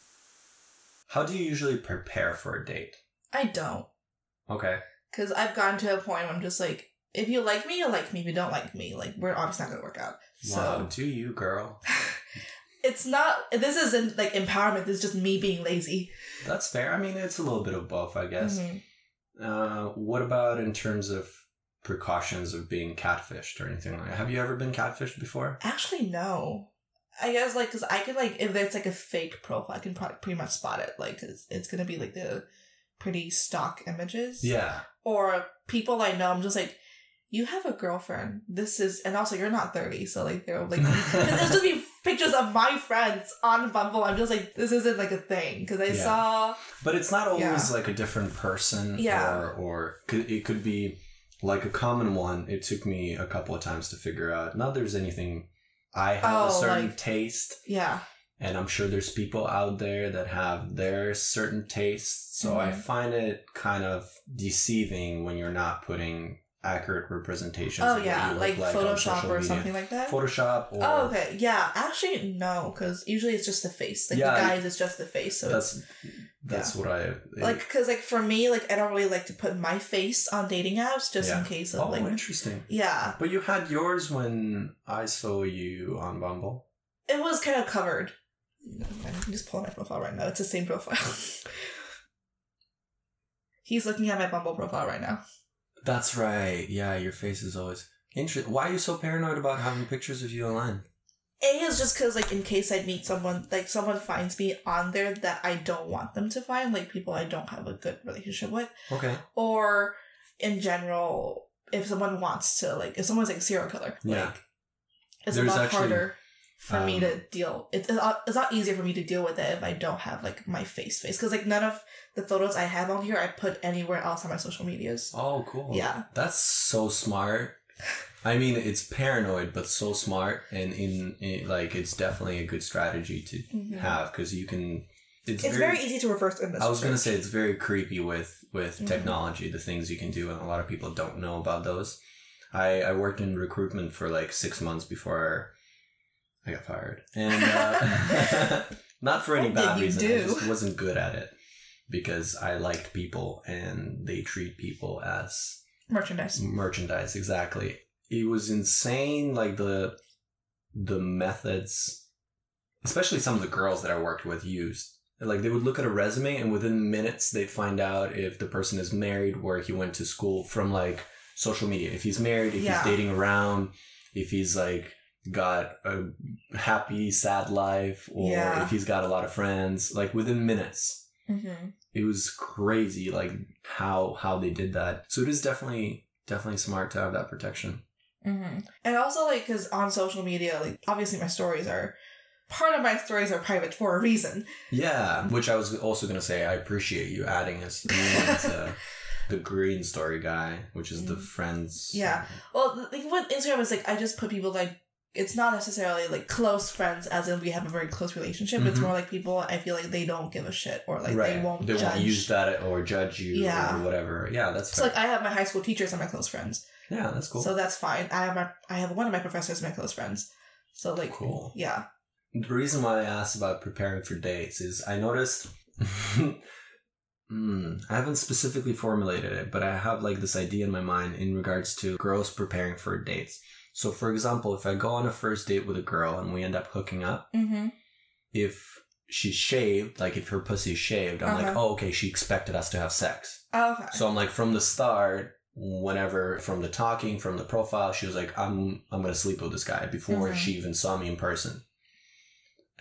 A: How do you usually prepare for a date?
B: i don't
A: Okay,
B: because i've gotten to a point where i'm just like if you like me you like me if you don't like me like we're obviously not gonna work out so
A: wow, do you, girl?
B: it's not this isn't like empowerment this is just me being lazy
A: That's fair. I mean, it's a little bit of both, I guess.
B: Mhm.
A: Uh, what about in terms of precautions of being catfished or anything like that? Have you ever been catfished before?
B: Actually, no. I guess like because I could like if it's like a fake profile, I can probably pretty much spot it. Like 'cause it's gonna be like the pretty stock images.
A: Yeah.
B: Or people I know, I'm just like, you have a girlfriend. This is, and also you're not thirty, so like they're like, 'cause it's just be pictures of my friends on Bumble. I'm just like, this isn't like a thing because I
A: Yeah.
B: saw.
A: But it's not always
B: Yeah.
A: like a different person.
B: Yeah.
A: Or, or could, it could be like a common one. It took me a couple of times to figure out. Not there's anything. I have a
B: Oh,
A: certain
B: like-
A: taste,
B: Yeah.
A: and I'm sure there's people out there that have their certain tastes. So I
B: Mhm.
A: find it kind of deceiving when you're not putting accurate representations.
B: Oh
A: of what
B: yeah,
A: you
B: like,
A: look on
B: Photoshop
A: social
B: or
A: media.
B: something like that.
A: Photoshop or
B: Oh okay, yeah. Actually, no, because usually it's just the face. Like
A: Yeah,
B: the guys, it's just the face. So it's
A: that's that's what I
B: like because like for me like i don't really like to put my face on dating apps just
A: Yeah.
B: in case of
A: Oh,
B: like
A: interesting.
B: yeah
A: But you had yours when I saw you on Bumble.
B: it was kind of covered i'm just pulling my profile right now it's the same profile he's looking at my bumble profile right now
A: That's right. Yeah, your face is always interesting. Why are you so paranoid about having pictures of you online?
B: a is just because like in case i meet someone like someone finds me on there that i don't want them to find like people i don't have a good relationship with
A: Okay.
B: or in general if someone wants to like if someone's like a serial killer
A: Yeah.
B: like it's
A: There's
B: a lot
A: actually,
B: harder for me
A: um,
B: to deal it's it's a lot- it's a lot easier for me to deal with it if i don't have like my face face because like none of the photos i have on here i put anywhere else on my social medias
A: Oh, cool.
B: Yeah.
A: That's so smart. I mean, it's paranoid, but so smart, and in, in like it's definitely a good strategy to
B: Mhm.
A: have because you can. It's,
B: It's very, easy to reverse image.
A: I was gonna
B: search.
A: say it's very creepy with with
B: Mhm.
A: technology, the things you can do, and a lot of people don't know about those. I I worked in recruitment for like six months before I got fired, and uh, not for any
B: What
A: bad
B: did you
A: reason. I
B: do?
A: just wasn't good at it because I liked people, and they treat people as
B: merchandise.
A: merchandise exactly it was insane like the the methods especially some of the girls that i worked with used like they would look at a resume and within minutes they'd find out if the person is married where he went to school from like social media if he's married if
B: Yeah.
A: he's dating around if he's like got a happy sad life or
B: Yeah.
A: if he's got a lot of friends like within minutes
B: Mm-hmm.
A: it was crazy like how how they did that so it is definitely definitely smart to have that protection
B: Mm-hmm. And also, like, because on social media, like, obviously my stories are part of my stories are private for a reason.
A: yeah which i was also going to say i appreciate you adding us to the green story guy which is the
B: Mm.
A: friends
B: Yeah. Well, the thing with Instagram is like I just put people like it's not necessarily like close friends, as in we have a very close relationship. It's
A: Mhm.
B: more like people I feel like they don't give a shit or like
A: right
B: they won't
A: they
B: judge.
A: won't use that or judge you
B: Yeah.
A: or whatever yeah that's
B: so
A: fair.
B: like I have my high school teachers and my close friends.
A: yeah that's cool
B: So that's fine. I have my I have one of my professors, my close friends. So like
A: Cool.
B: yeah.
A: the reason why i asked about preparing for dates is i noticed Hmm, I haven't specifically formulated it, but I have like this idea in my mind in regards to girls preparing for dates. So, for example, if I go on a first date with a girl and we end up hooking up,
B: Mm-hmm.
A: if she's shaved, like if her pussy's shaved, I'm like,
B: Uh-huh.
A: oh, okay, she expected us to have sex.
B: Oh, Okay.
A: So I'm like, from the start, whenever from the talking, from the profile, she was like, I'm I'm gonna sleep with this guy before
B: Mhm.
A: she even saw me in person.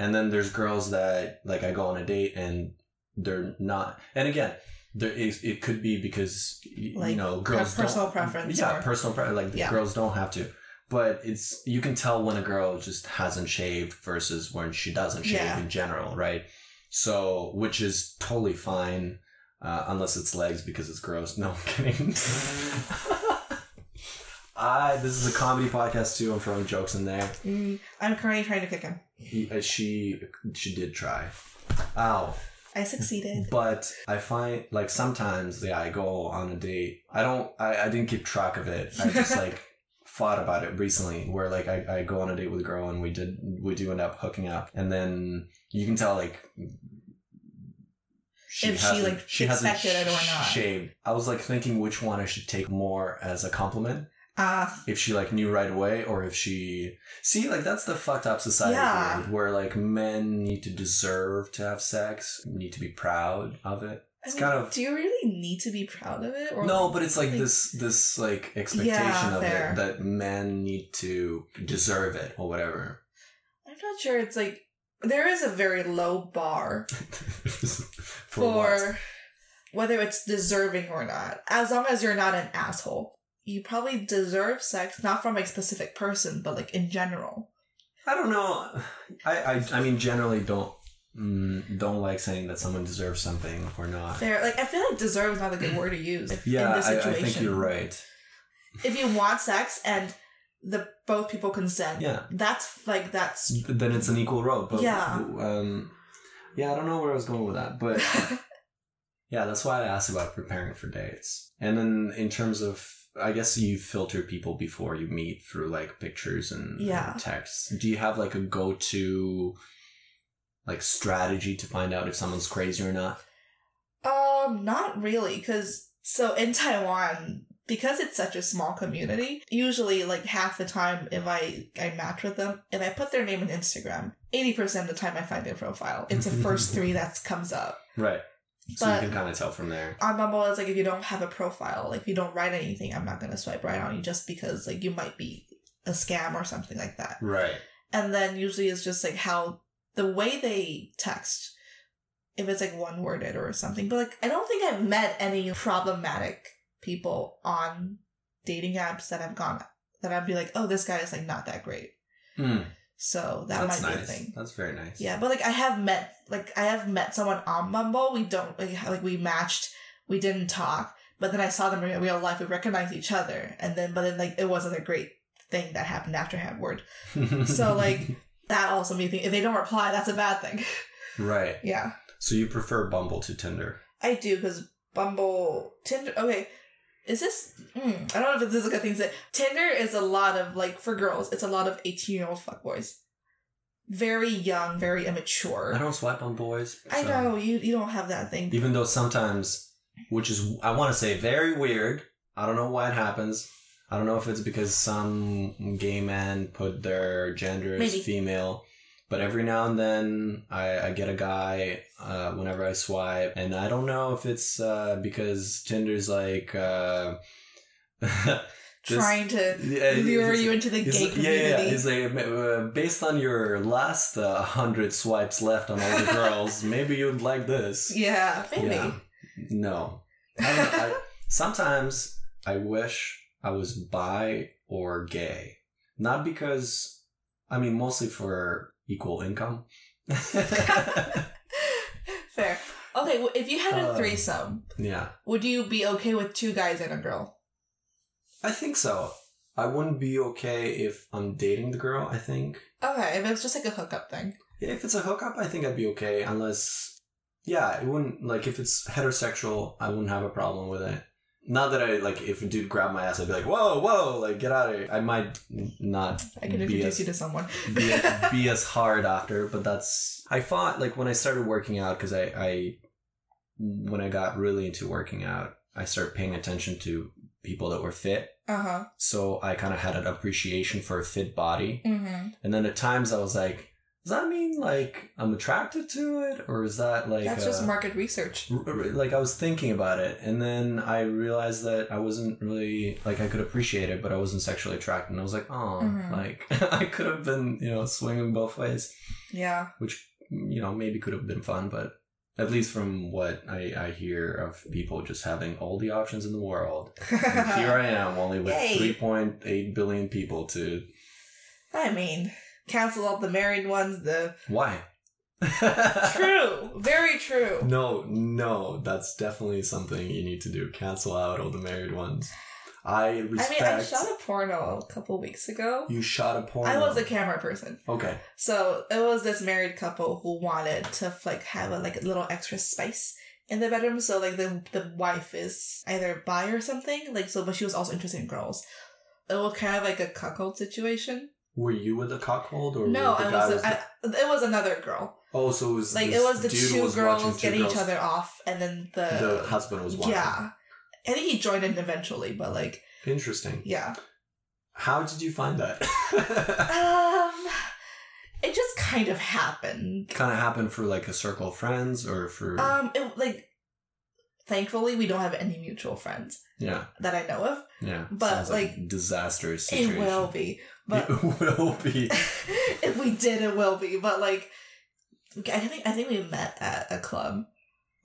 A: And then there's girls that like I go on a date and they're not. And again, there is it could be because y-
B: Like,
A: you know
B: Kind
A: girls
B: of personal
A: don't,
B: preference.
A: yeah
B: or-
A: personal pre- like the
B: Yeah.
A: girls don't have to. But it's you can tell when a girl just hasn't shaved versus when she doesn't shave
B: Yeah.
A: in general, right? So which is totally fine. Uh, unless it's legs because it's gross. No, I'm kidding. I, this is a comedy podcast too. I'm throwing jokes in there.
B: Mm, I'm currently trying to kick him.
A: He, uh, she she did try. Ow.
B: I succeeded.
A: But I find like sometimes yeah I go on a date. I don't I, I didn't keep track of it. I just like thought about it recently where like I, I go on a date with a girl and we did we do end up hooking up and then you can tell like she
B: If she,
A: hasn't-
B: like, expected it or not.
A: shaved. I was like thinking which one I should take more as a compliment
B: Ah,
A: if she like knew right away or if she see like that's the fucked up society
B: Yeah.
A: here, where like men need to deserve to have sex need to be proud of it
B: I
A: it's
B: mean,
A: kind of
B: Do you really need to be proud of it? Or
A: no but it's like this this like expectation
B: Yeah,
A: of
B: fair.
A: it that men need to deserve it or whatever
B: I'm not sure. It's like there is a very low bar
A: for,
B: for,
A: what?
B: whether it's deserving or not. As long as you're not an asshole, you probably deserve sex not from a specific person, but like in general.
A: i don't know i i, I mean generally don't mm, don't like saying that someone deserves something or not
B: Fair. Like I feel like deserve is not a good word to use. if-
A: yeah
B: in this
A: I, I
B: situation.
A: think you're right
B: If you want sex and the both people consent,
A: yeah
B: that's like that's.
A: then it's an equal road. But
B: Yeah.
A: um, yeah, I don't know where I was going with that, but yeah, that's why I asked about preparing for dates. And then in terms of, I guess you filter people before you meet through like pictures and,
B: Yeah.
A: and texts. Do you have like a go to like strategy to find out if someone's crazy or not?
B: Um, not really, because so in Taiwan, because it's such a small community, usually like half the time if I I match with them, if I put their name in Instagram, eighty percent of the time I find their profile. It's the first three that comes up.
A: Right. So
B: But-
A: you can kind of tell from there.
B: On Bumble, it's like if you don't have a profile, like if you don't write anything, I'm not gonna swipe right on you just because like you might be a scam or something like that.
A: Right.
B: And then usually it's just like how the way they text, if it's like one worded or something. But like, I don't think I've met any problematic people on dating apps that I've gone that I'd be like, oh, this guy is like not that great.
A: Mm,
B: So that
A: that's
B: might
A: nice.
B: be a thing.
A: That's very nice.
B: Yeah, but like I have met like I have met someone on Bumble. We don't like, ha- like we matched, we didn't talk, but then I saw them in real life. We recognized each other, and then but then like it wasn't a great thing that happened after Hapward. So, like- That also made me think if they don't reply, that's a bad thing.
A: right.
B: yeah,
A: So you prefer Bumble to Tinder?
B: I do because Bumble, Tinder. Okay, is this? Mm, I don't know if this is a good thing to say. Tinder is a lot of like for girls. It's a lot of eighteen-year-old fuckboys, very young, very immature.
A: I don't swipe on boys.
B: I
A: so-
B: know you. You don't have that thing.
A: Even though sometimes, which is I want to say very weird. I don't know why it happens. I don't know if it's because some gay men put their gender as
B: Maybe.
A: female. But every now and then, I, I get a guy uh, whenever I swipe, and I don't know if it's uh, because Tinder's like uh, Just-
B: trying to
A: yeah,
B: lure
A: it's-
B: you into the
A: He's
B: gay
A: like- yeah,
B: community.
A: yeah, yeah. He's like, uh, based on your last uh, hundred swipes left on all the girls, maybe you'd like this.
B: Yeah, maybe.
A: Yeah. No. I don't know. I, sometimes I wish I was bi or gay. Not because, I mean, mostly for equal income.
B: Fair. Okay, well, if you had a
A: Uh,
B: threesome,
A: yeah.
B: would you be okay with two guys and a girl?
A: I think so. I wouldn't be okay if I'm dating the girl, I think.
B: Okay, if it's just like a hookup thing.
A: Yeah, if it's a hookup, I think I'd be okay. Unless, yeah, it wouldn't like if it's heterosexual, I wouldn't have a problem with it. Not that I like if a dude grabbed my ass, I'd be like, whoa, whoa, like get out of here. I might n- not
B: I can
A: be,
B: introduce
A: as,
B: you to someone.
A: be, as- be as hard after, but that's I fought like when I started working out because I, I when I got really into working out, I started paying attention to people that were fit.
B: Uh huh.
A: So I kind of had an appreciation for a fit body.
B: Mm-hmm.
A: And then at times I was like, does that mean like I'm attracted to it, or is that like
B: That's just
A: uh,
B: market research.
A: r- r- like I was thinking about it, and then I realized that I wasn't really like I could appreciate it, but I wasn't sexually attracted. And I was like, oh,
B: Mhm.
A: like I could have been you know swinging both ways,
B: Yeah.
A: which you know maybe could have been fun, but at least from what I, I hear of people just having all the options in the world. And here I am, only with
B: Yay.
A: 3.8 billion people to
B: I mean, cancel out the married ones. The
A: why.
B: true, very true.
A: No, no, that's definitely something you need to do. Cancel out all the married ones. I
B: I mean,
A: respect.
B: I shot a porno a couple weeks ago.
A: you shot a porn.
B: I was a camera person.
A: okay.
B: So it was this married couple who wanted to like have a like little extra space in the bedroom. So like the the wife is either bi or something. Like so, but she was also interested in girls. It was kind of like a cuckold situation.
A: Were you with the cockhold or
B: No,
A: were the
B: I
A: guy
B: was.
A: was
B: I, it was another girl.
A: oh, so it was
B: Like
A: this
B: it was the
A: dude
B: two
A: was watching
B: girls
A: two
B: getting
A: girls.
B: each other off, and then
A: The
B: the,
A: husband was watching.
B: yeah. I think he joined in eventually, but like
A: Interesting.
B: yeah.
A: How did you find that? kind
B: Um, it just kind of happened.
A: of happened for like a circle of friends or for
B: Um, it like thankfully we don't have any mutual friends
A: yeah
B: that I know of.
A: yeah.
B: but,
A: Sounds
B: like,
A: disastrous situation.
B: It will be, but
A: it will be.
B: if we did, it will be. But like, I think I think we met at a club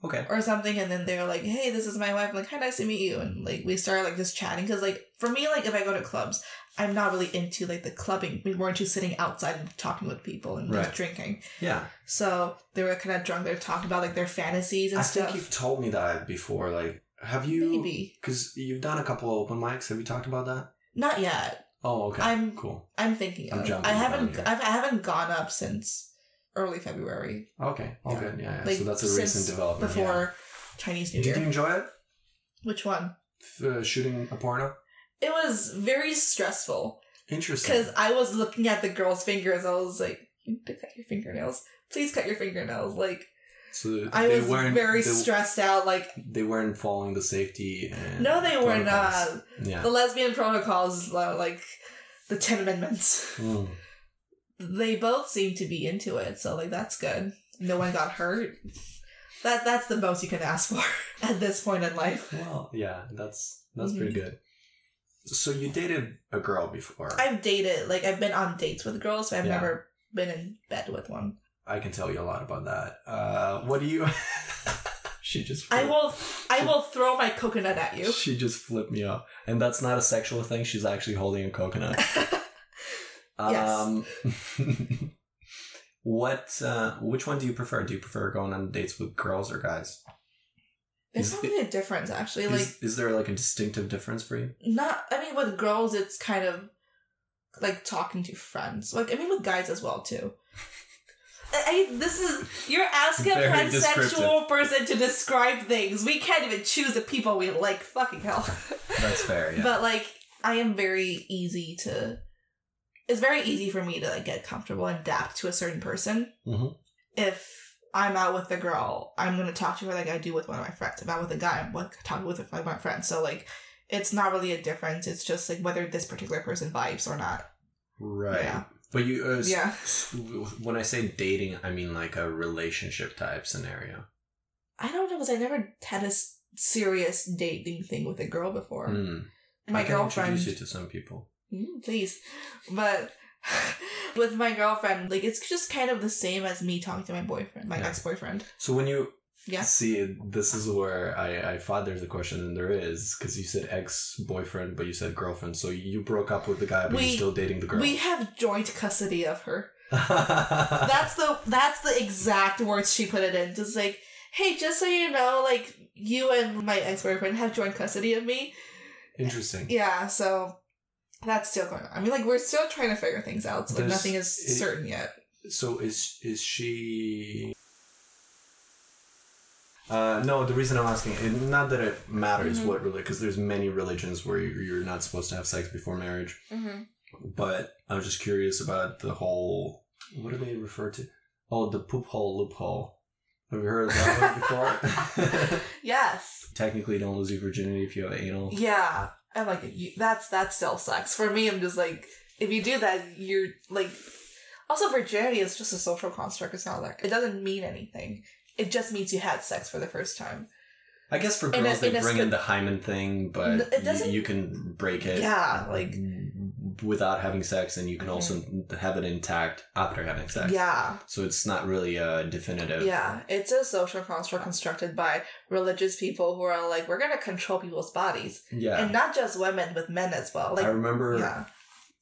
A: Okay.
B: or something, and then they were like, "Hey, this is my wife." I'm like, "Hi, nice to meet you." And like, we started like just chatting because like for me, like if I go to clubs, I'm not really into like the clubbing. We weren't into sitting outside and talking with people and
A: Right.
B: just drinking.
A: Yeah.
B: So they were kind of drunk. They're talking about like their fantasies and
A: I
B: stuff.
A: think you've told me that before. Like, have you?
B: Maybe
A: Because you've done a couple of open mics. Have you talked about that?
B: not yet.
A: Oh, okay.
B: I'm-
A: cool.
B: I'm thinking
A: I'm
B: of.
A: jumping
B: I
A: the gun
B: haven't.
A: here.
B: I've, I haven't gone up since early February
A: Okay. All
B: Yeah.
A: good. Yeah. yeah.
B: Like,
A: so that's a
B: since
A: recent development.
B: before
A: Oh, yeah.
B: Chinese New
A: Did you
B: Year.
A: enjoy it?
B: Which one?
A: F- Uh, shooting a porno.
B: It was very stressful
A: Interesting.
B: because I was looking at the girl's fingers. I was like, "You need to cut your fingernails. Please cut your fingernails." Like
A: so
B: I
A: they
B: was
A: weren't
B: very
A: they,
B: stressed out. Like
A: they weren't following the safety. And
B: no, they were
A: protocols.
B: not.
A: Yeah.
B: The lesbian protocols, uh, like the Ten Amendments.
A: Mm.
B: they both seem to be into it, so like that's good. No one got hurt. That that's the most you can ask for at this point in life.
A: Well, yeah. That's that's
B: Mhm.
A: pretty good. So you dated a girl before.
B: I've dated, like I've been on dates with girls, but I've
A: Yeah.
B: never been in bed with one.
A: I can tell you a lot about that. Uh, what do you? she just.
B: I
A: flipped-
B: will I will throw my coconut at you.
A: She just flipped me off. And that's not a sexual thing. She's actually holding a coconut. Um, what, uh, which one do you prefer? Do you prefer going on dates with girls or guys?
B: There's
A: Is
B: not really a difference actually. Like
A: Is, is there like a distinctive difference for you?
B: not I mean with girls it's kind of like talking to friends. Like I mean with guys as well too.
C: I, I- this is you're asking
A: Very
C: a transsexual
A: descriptive.
C: person to describe things. We can't even choose the people we like. Fucking hell.
A: That's fair. Yeah.
C: But like,
B: I am very easy to it's very easy for me to like get comfortable and adapt to a certain person.
A: Mhm.
B: If I'm out with a girl, I'm gonna talk to her like I do with one of my friends. If I'm with a guy, I'm like talking with like my friends. So like it's not really a difference. It's just like whether this particular person vibes or not.
A: right.
B: Yeah.
A: But you, uh, s-
B: Yeah.
A: s- when I say dating, I mean like a relationship type scenario.
B: I don't know because I never had a s- serious dating thing with a girl before.
A: Mm.
B: My
A: I can
B: girlfriend,
A: introduce you to some people.
B: Mm, please, but with my girlfriend, like it's just kind of the same as me talking to my boyfriend, my
A: Yeah.
B: ex boyfriend.
A: So when you
B: Yeah.
A: see, this is where I, I thought there's a question, and there is because you said ex boyfriend, but you said girlfriend. So you broke up with the guy, but
B: We-
A: you're still dating the girl.
B: We have joint custody of her.
A: That's
B: That's the that's the exact words she put it in. Just like, hey, just so you know, like you and my ex boyfriend have joint custody of me.
A: interesting.
B: Yeah, so that's still going on. I mean, like we're still trying to figure things out. So like,
A: There's-
B: nothing is
A: it-
B: certain yet.
A: So is is she? Uh, no, the reason I'm asking, it, not that it matters
B: Mm-hmm.
C: Mhm.
A: what religion, because there's many religions where you're, you're not supposed to have sex before marriage. But I was just curious about the whole. What do they refer to? Oh, the poop hole loophole. Have you heard of that one before?
B: Yes.
A: Technically, don't lose your virginity if you have anal.
B: Yeah, and like you, that's that still sucks for me. I'm just like, if you do that, you're like. Also, virginity is just a social construct. It's not like it doesn't mean anything. It just means you had sex for the first time.
A: I guess for
B: In a-
A: girls, they
B: in a
A: bring
B: sc-
A: in the hymen thing, but
B: No, it doesn't-
A: you, you can break it.
B: Yeah, Mm. like-
A: without having sex, and you can also have it intact after having sex.
B: Mm-hmm. Yeah,
A: So it's not really uh, definitive.
B: yeah. It's a social construct constructed by religious people who are like, we're gonna control people's bodies,
A: Yeah.
B: and not just women, but men as well.
A: I
B: Like,
A: remember
B: yeah,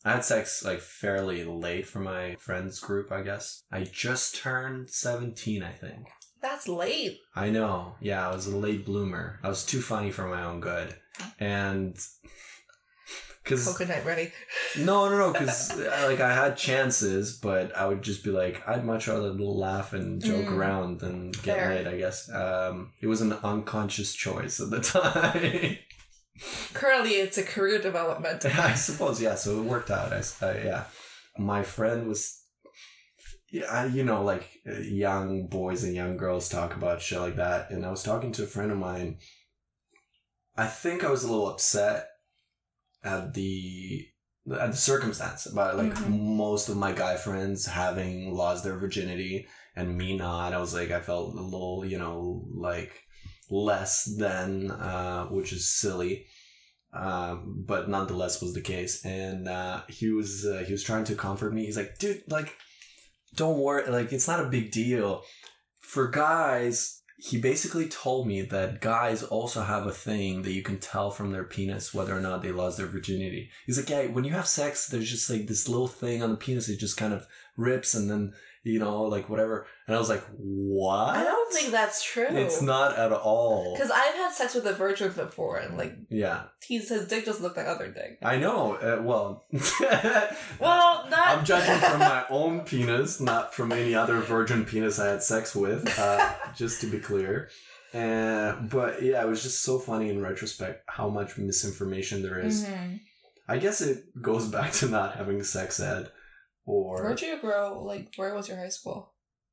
A: I had sex like fairly late for my friends group, I guess. I just turned 17, I think.
B: that's late.
A: I know. Yeah, I was a late bloomer. I was too funny for my own good. And
B: Oh,
A: cuz
B: good night, ready.
A: no, no, no, cuz like I had chances, but I would just be like I'd much rather laugh and joke
B: Mm.
A: around than get
B: Fair.
A: laid, I guess. Um it was an unconscious choice at the time.
B: Currently, it's a career development.
A: I suppose, yeah. So it worked out. I, s- uh, yeah. My friend was, yeah, I- you know, like uh, young boys and young girls talk about shit like that. And I was talking to a friend of mine. I think I was a little upset at the at the circumstance about like
B: Mhm.
A: most of my guy friends having lost their virginity and me not. I was like, I felt a little, you know, like less than, uh, which is silly. Um, but nonetheless was the case. And uh, he was uh, he was trying to comfort me. He's like, dude, like, don't worry, like it's not a big deal. For guys, he basically told me that guys also have a thing that you can tell from their penis whether or not they lost their virginity. He's like, yeah, when you have sex, there's just like this little thing on the penis. It just kind of rips and then you know like whatever. And I was like, what?
B: I don't think that's true.
A: it's not at all.
B: Because I've had sex with a virgin before, and like
A: Yeah,
B: he's, his dick just looked like other dick.
A: I know. Uh, well,
B: Well, not.
A: I'm judging from my own penis, not from any other virgin penis I had sex with. Uh, just to be clear, uh, but yeah, it was just so funny in retrospect how much misinformation there is.
B: Mhm.
A: I guess it goes back to not having sex ed, or
B: Where'd you grow? Like, where was your high school?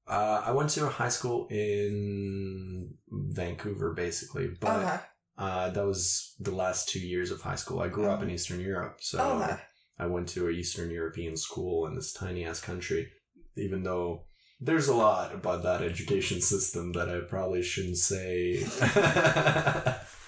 A: uh, I went to a high school in Vancouver, basically, but
B: okay.
A: uh, that was the last two years of high school. I grew
B: Oh.
A: up in Eastern Europe, so.
B: okay.
A: I went to a Eastern European school in this tiny ass country, even though there's a lot about that education system that I probably shouldn't say.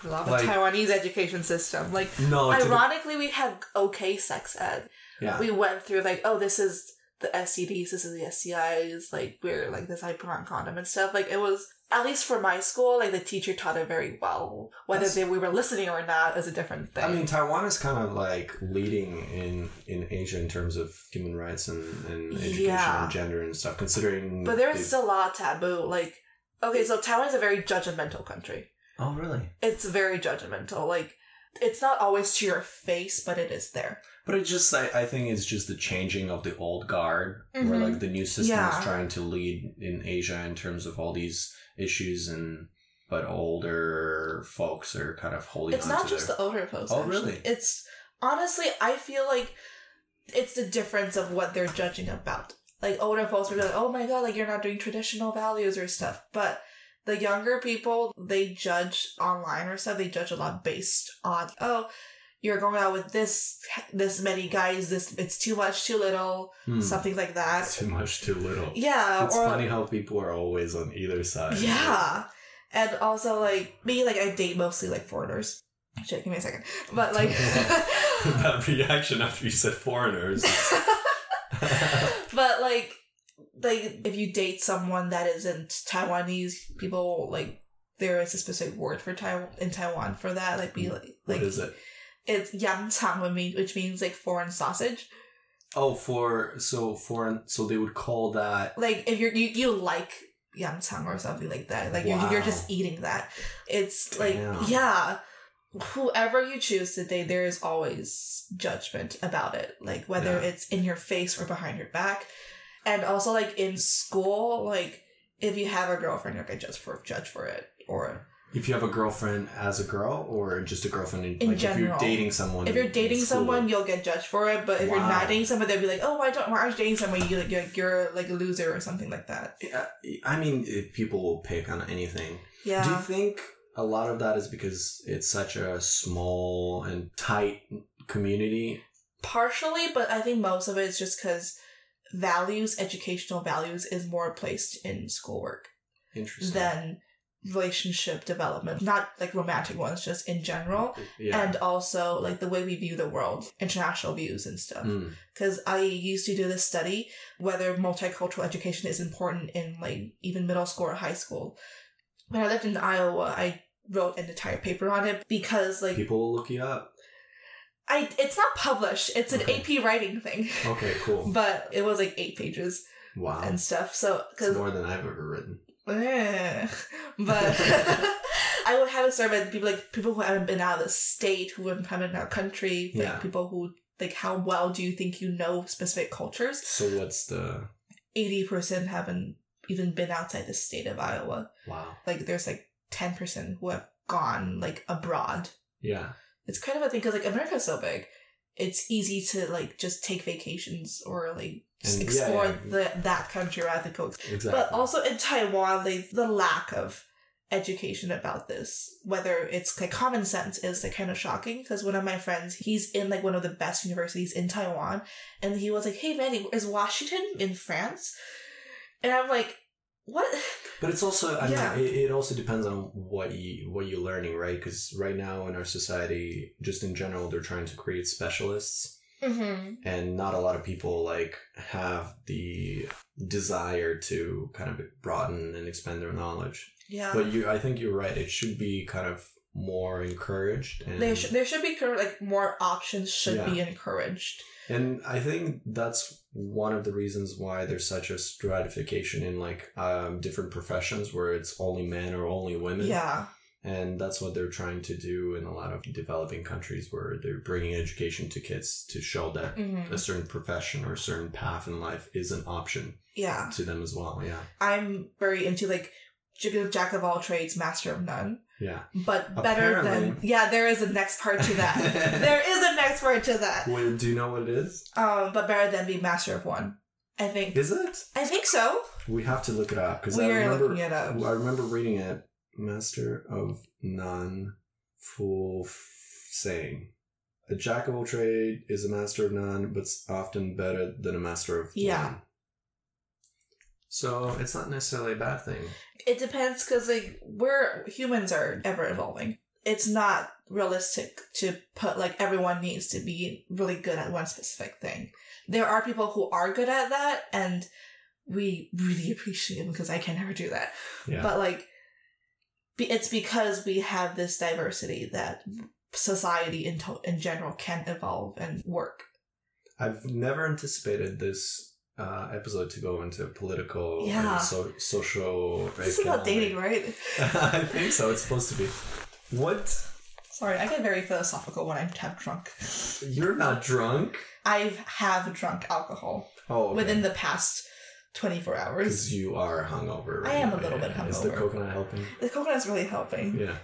B: Love
A: Like-
B: the Taiwanese education system. Like,
A: no, to the-
B: ironically, we had okay sex ed.
A: yeah,
B: We went through like, oh, this is the STDs, this is the STIs. Like, we're like this. I put on condom and stuff. Like, it was at least for my school. Like, the teacher taught it very well. Whether
A: That's-
B: they, we were listening or not is a different thing.
A: I mean Taiwan is kind of like leading in in Asia in terms of human rights and, and education
B: Yeah.
A: and gender and stuff. Considering,
B: But there
A: they-
B: is still a lot of taboo. Like, okay, so Taiwan is a very judgmental country.
A: oh really?
B: It's very judgmental. Like, it's not always to your face, but it is there.
A: But it just, I, I think it's just the changing of the old guard, where
C: Mhm.
A: like the new system
B: Yeah.
A: is trying to lead in Asia in terms of all these issues, and but older folks are kind of holding
B: It's
A: on
B: not
A: to
B: just
A: their-
B: the older folks.
A: Oh,
B: actually.
A: really?
B: It's honestly, I feel like it's the difference of what they're judging about. Like older folks would be like, "Oh my god, like you're not doing traditional values or stuff," but the younger people they judge online or stuff. They judge a lot based on, "Oh, you're going out with this this many guys. This it's too much, too little,
A: Hmm.
B: something like that."
A: too much, too little.
B: Yeah,
A: it's
B: or
A: funny how people are always on either side.
B: yeah. And also like me, like I date mostly like foreigners. Shit, give me a second. But like
A: that reaction after you said foreigners.
B: But like like if you date someone that isn't Taiwanese, people like there is a specific word for Taiwan in Taiwan for that. Like be like
A: what
B: like
A: is it?
B: it's yang chang which mean- which means like foreign sausage.
A: Oh, for so foreign. So they would call that
B: Like if you're you, you like yang chang or something like that. Like you're, you're
A: Wow.
B: just eating that. It's like
A: Damn.
B: yeah. Whoever you choose to date, there is always judgment about it. Like whether
A: Yeah.
B: it's in your face or behind your back. And also like in school, like if you have a girlfriend, you're gonna judge for judge for it. Or
A: If you have a girlfriend as a girl or just a girlfriend in,
B: In
A: like
B: general.
A: if you're dating someone
B: if you're
A: in
B: dating
A: school.
B: someone, you'll get judged for it. But if you're
A: Wow.
B: not dating someone, they'll be like, "Oh, why don't? Why aren't you dating someone? You like you're, you're like a loser or something like that."
A: Yeah, I mean, it, people will pick on anything.
B: Yeah.
A: Do you think a lot of that is because it's such a small and tight community?
B: partially but i think most of it is just because values educational values is more placed in schoolwork
A: Interesting.
B: than relationship development not like romantic ones just in general
A: yeah.
B: and also like the way we view the world international views and stuff
A: Mm.
B: because i used to do this study whether multicultural education is important in like even middle school or high school when i lived in iowa i wrote an entire paper on it because like
A: People will look you up.
B: i it's not published it's an
A: Okay.
B: ap writing thing
A: Okay, cool.
B: but it was like eight pages
A: Wow.
B: and stuff. So,
A: it's
B: because,
A: more than I've ever written.
B: but I would have a survey of people like people who haven't been out of the state, who haven't been out of country, like
A: Yeah.
B: people who like how well do you think you know specific cultures?
A: So what's the
B: Eighty percent haven't even been outside the state of Iowa.
A: wow?
B: Like there's like ten percent who have gone like abroad.
A: Yeah.
B: It's kind of a thing because like America's so big. It's easy to like just take vacations or like just
A: And- yeah,
B: explore
A: yeah.
B: The, that country rather than go
A: Exactly.
B: But also in Taiwan, they, the lack of education about this, whether it's like common sense, is like kind of shocking. Because one of my friends, he's in like one of the best universities in Taiwan, and he was like, "Hey, Manny, is Washington in France?" And I'm like, "What?"
A: But it's also, I
B: Yeah.
A: mean, it, it also depends on what you what you're learning, right? Because right now in our society, just in general, they're trying to create specialists,
B: Mm-hmm.
A: and not a lot of people like have the desire to kind of broaden and expand their knowledge.
B: Yeah.
A: But you, I think you're right. It should be kind of more encouraged. And,
B: there, sh- there should be cur- like more options should
A: Yeah.
B: be encouraged.
A: and I think that's one of the reasons why there's such a stratification in like um, different professions where it's only men or only women.
B: Yeah.
A: And that's what they're trying to do in a lot of developing countries where they're bringing education to kids to show that
B: Mhm.
A: a certain profession or a certain path in life is an option
B: Yeah.
A: to them as well. Yeah.
B: I'm very into like jack jack of all trades, master of none.
A: Yeah.
B: But better than
A: Apparently.
B: yeah, there is a next part to that. there is a next word to that.
A: Wait, do you know what it is?
B: Um, but better than be master of one. I think.
A: Is it?
B: I think so.
A: We have to look it up because
B: We
A: I
B: are
A: remember
B: looking it up.
A: I remember reading it. Master of none full f- saying. A jack of all trade is a master of none, but s- often better than a master of
B: Yeah.
A: one. So it's not necessarily a bad thing.
B: It depends because like we're humans are ever evolving. It's not realistic to put like everyone needs to be really good at one specific thing. There are people who are good at that, and we really appreciate them because I can never do that.
A: Yeah.
B: But like, be- it's because we have this diversity that society in to- in general can evolve and work.
A: I've never anticipated this uh, episode to go into political
B: Yeah.
A: and so- social.
B: This is about dating, right?
A: I think so. It's supposed to be. What
B: Sorry, I get very philosophical when I have drunk.
A: You're not drunk.
B: I have drunk alcohol
A: Oh, okay.
B: within the past 24 hours.
A: because you are hungover.
B: I am a little bit
A: Is the
B: hungover.
A: coconut helping?
B: The coconut's really helping.
A: Yeah.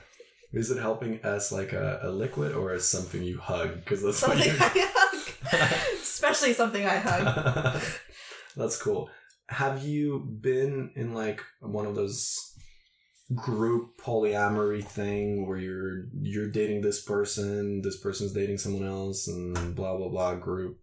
A: Is it helping as like a, a liquid or as something you hug? Because that's what
B: Something
A: you-
B: I hug. Especially something I hug.
A: That's cool. Have you been in like one of those group polyamory thing where you're you're dating this person, this person's dating someone else, and blah blah blah group?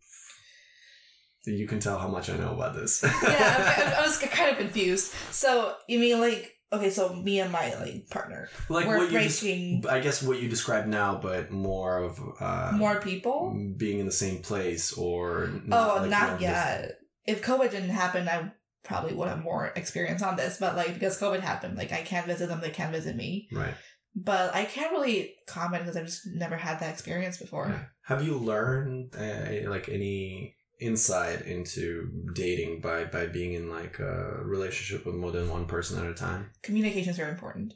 A: You can tell how much I know about this.
B: yeah, okay, I, I was kind of confused. So, you mean like, okay, so me and my like partner,
A: like
B: we're
A: what you just,
B: breaking
A: I guess what you describe now, but more of uh,
B: more people?
A: being in the same place or
B: Oh,
A: like,
B: not
A: one
B: yet. If COVID didn't happen, I probably would have more experience on this. But like because COVID happened, like I can't visit them, they can't visit me.
A: dis- right.
B: But I can't really comment because I've just never had that experience before.
A: Yeah. Have you learned uh, like any insight into dating by by being in like a relationship with more than one person at a time?
B: Communications are important.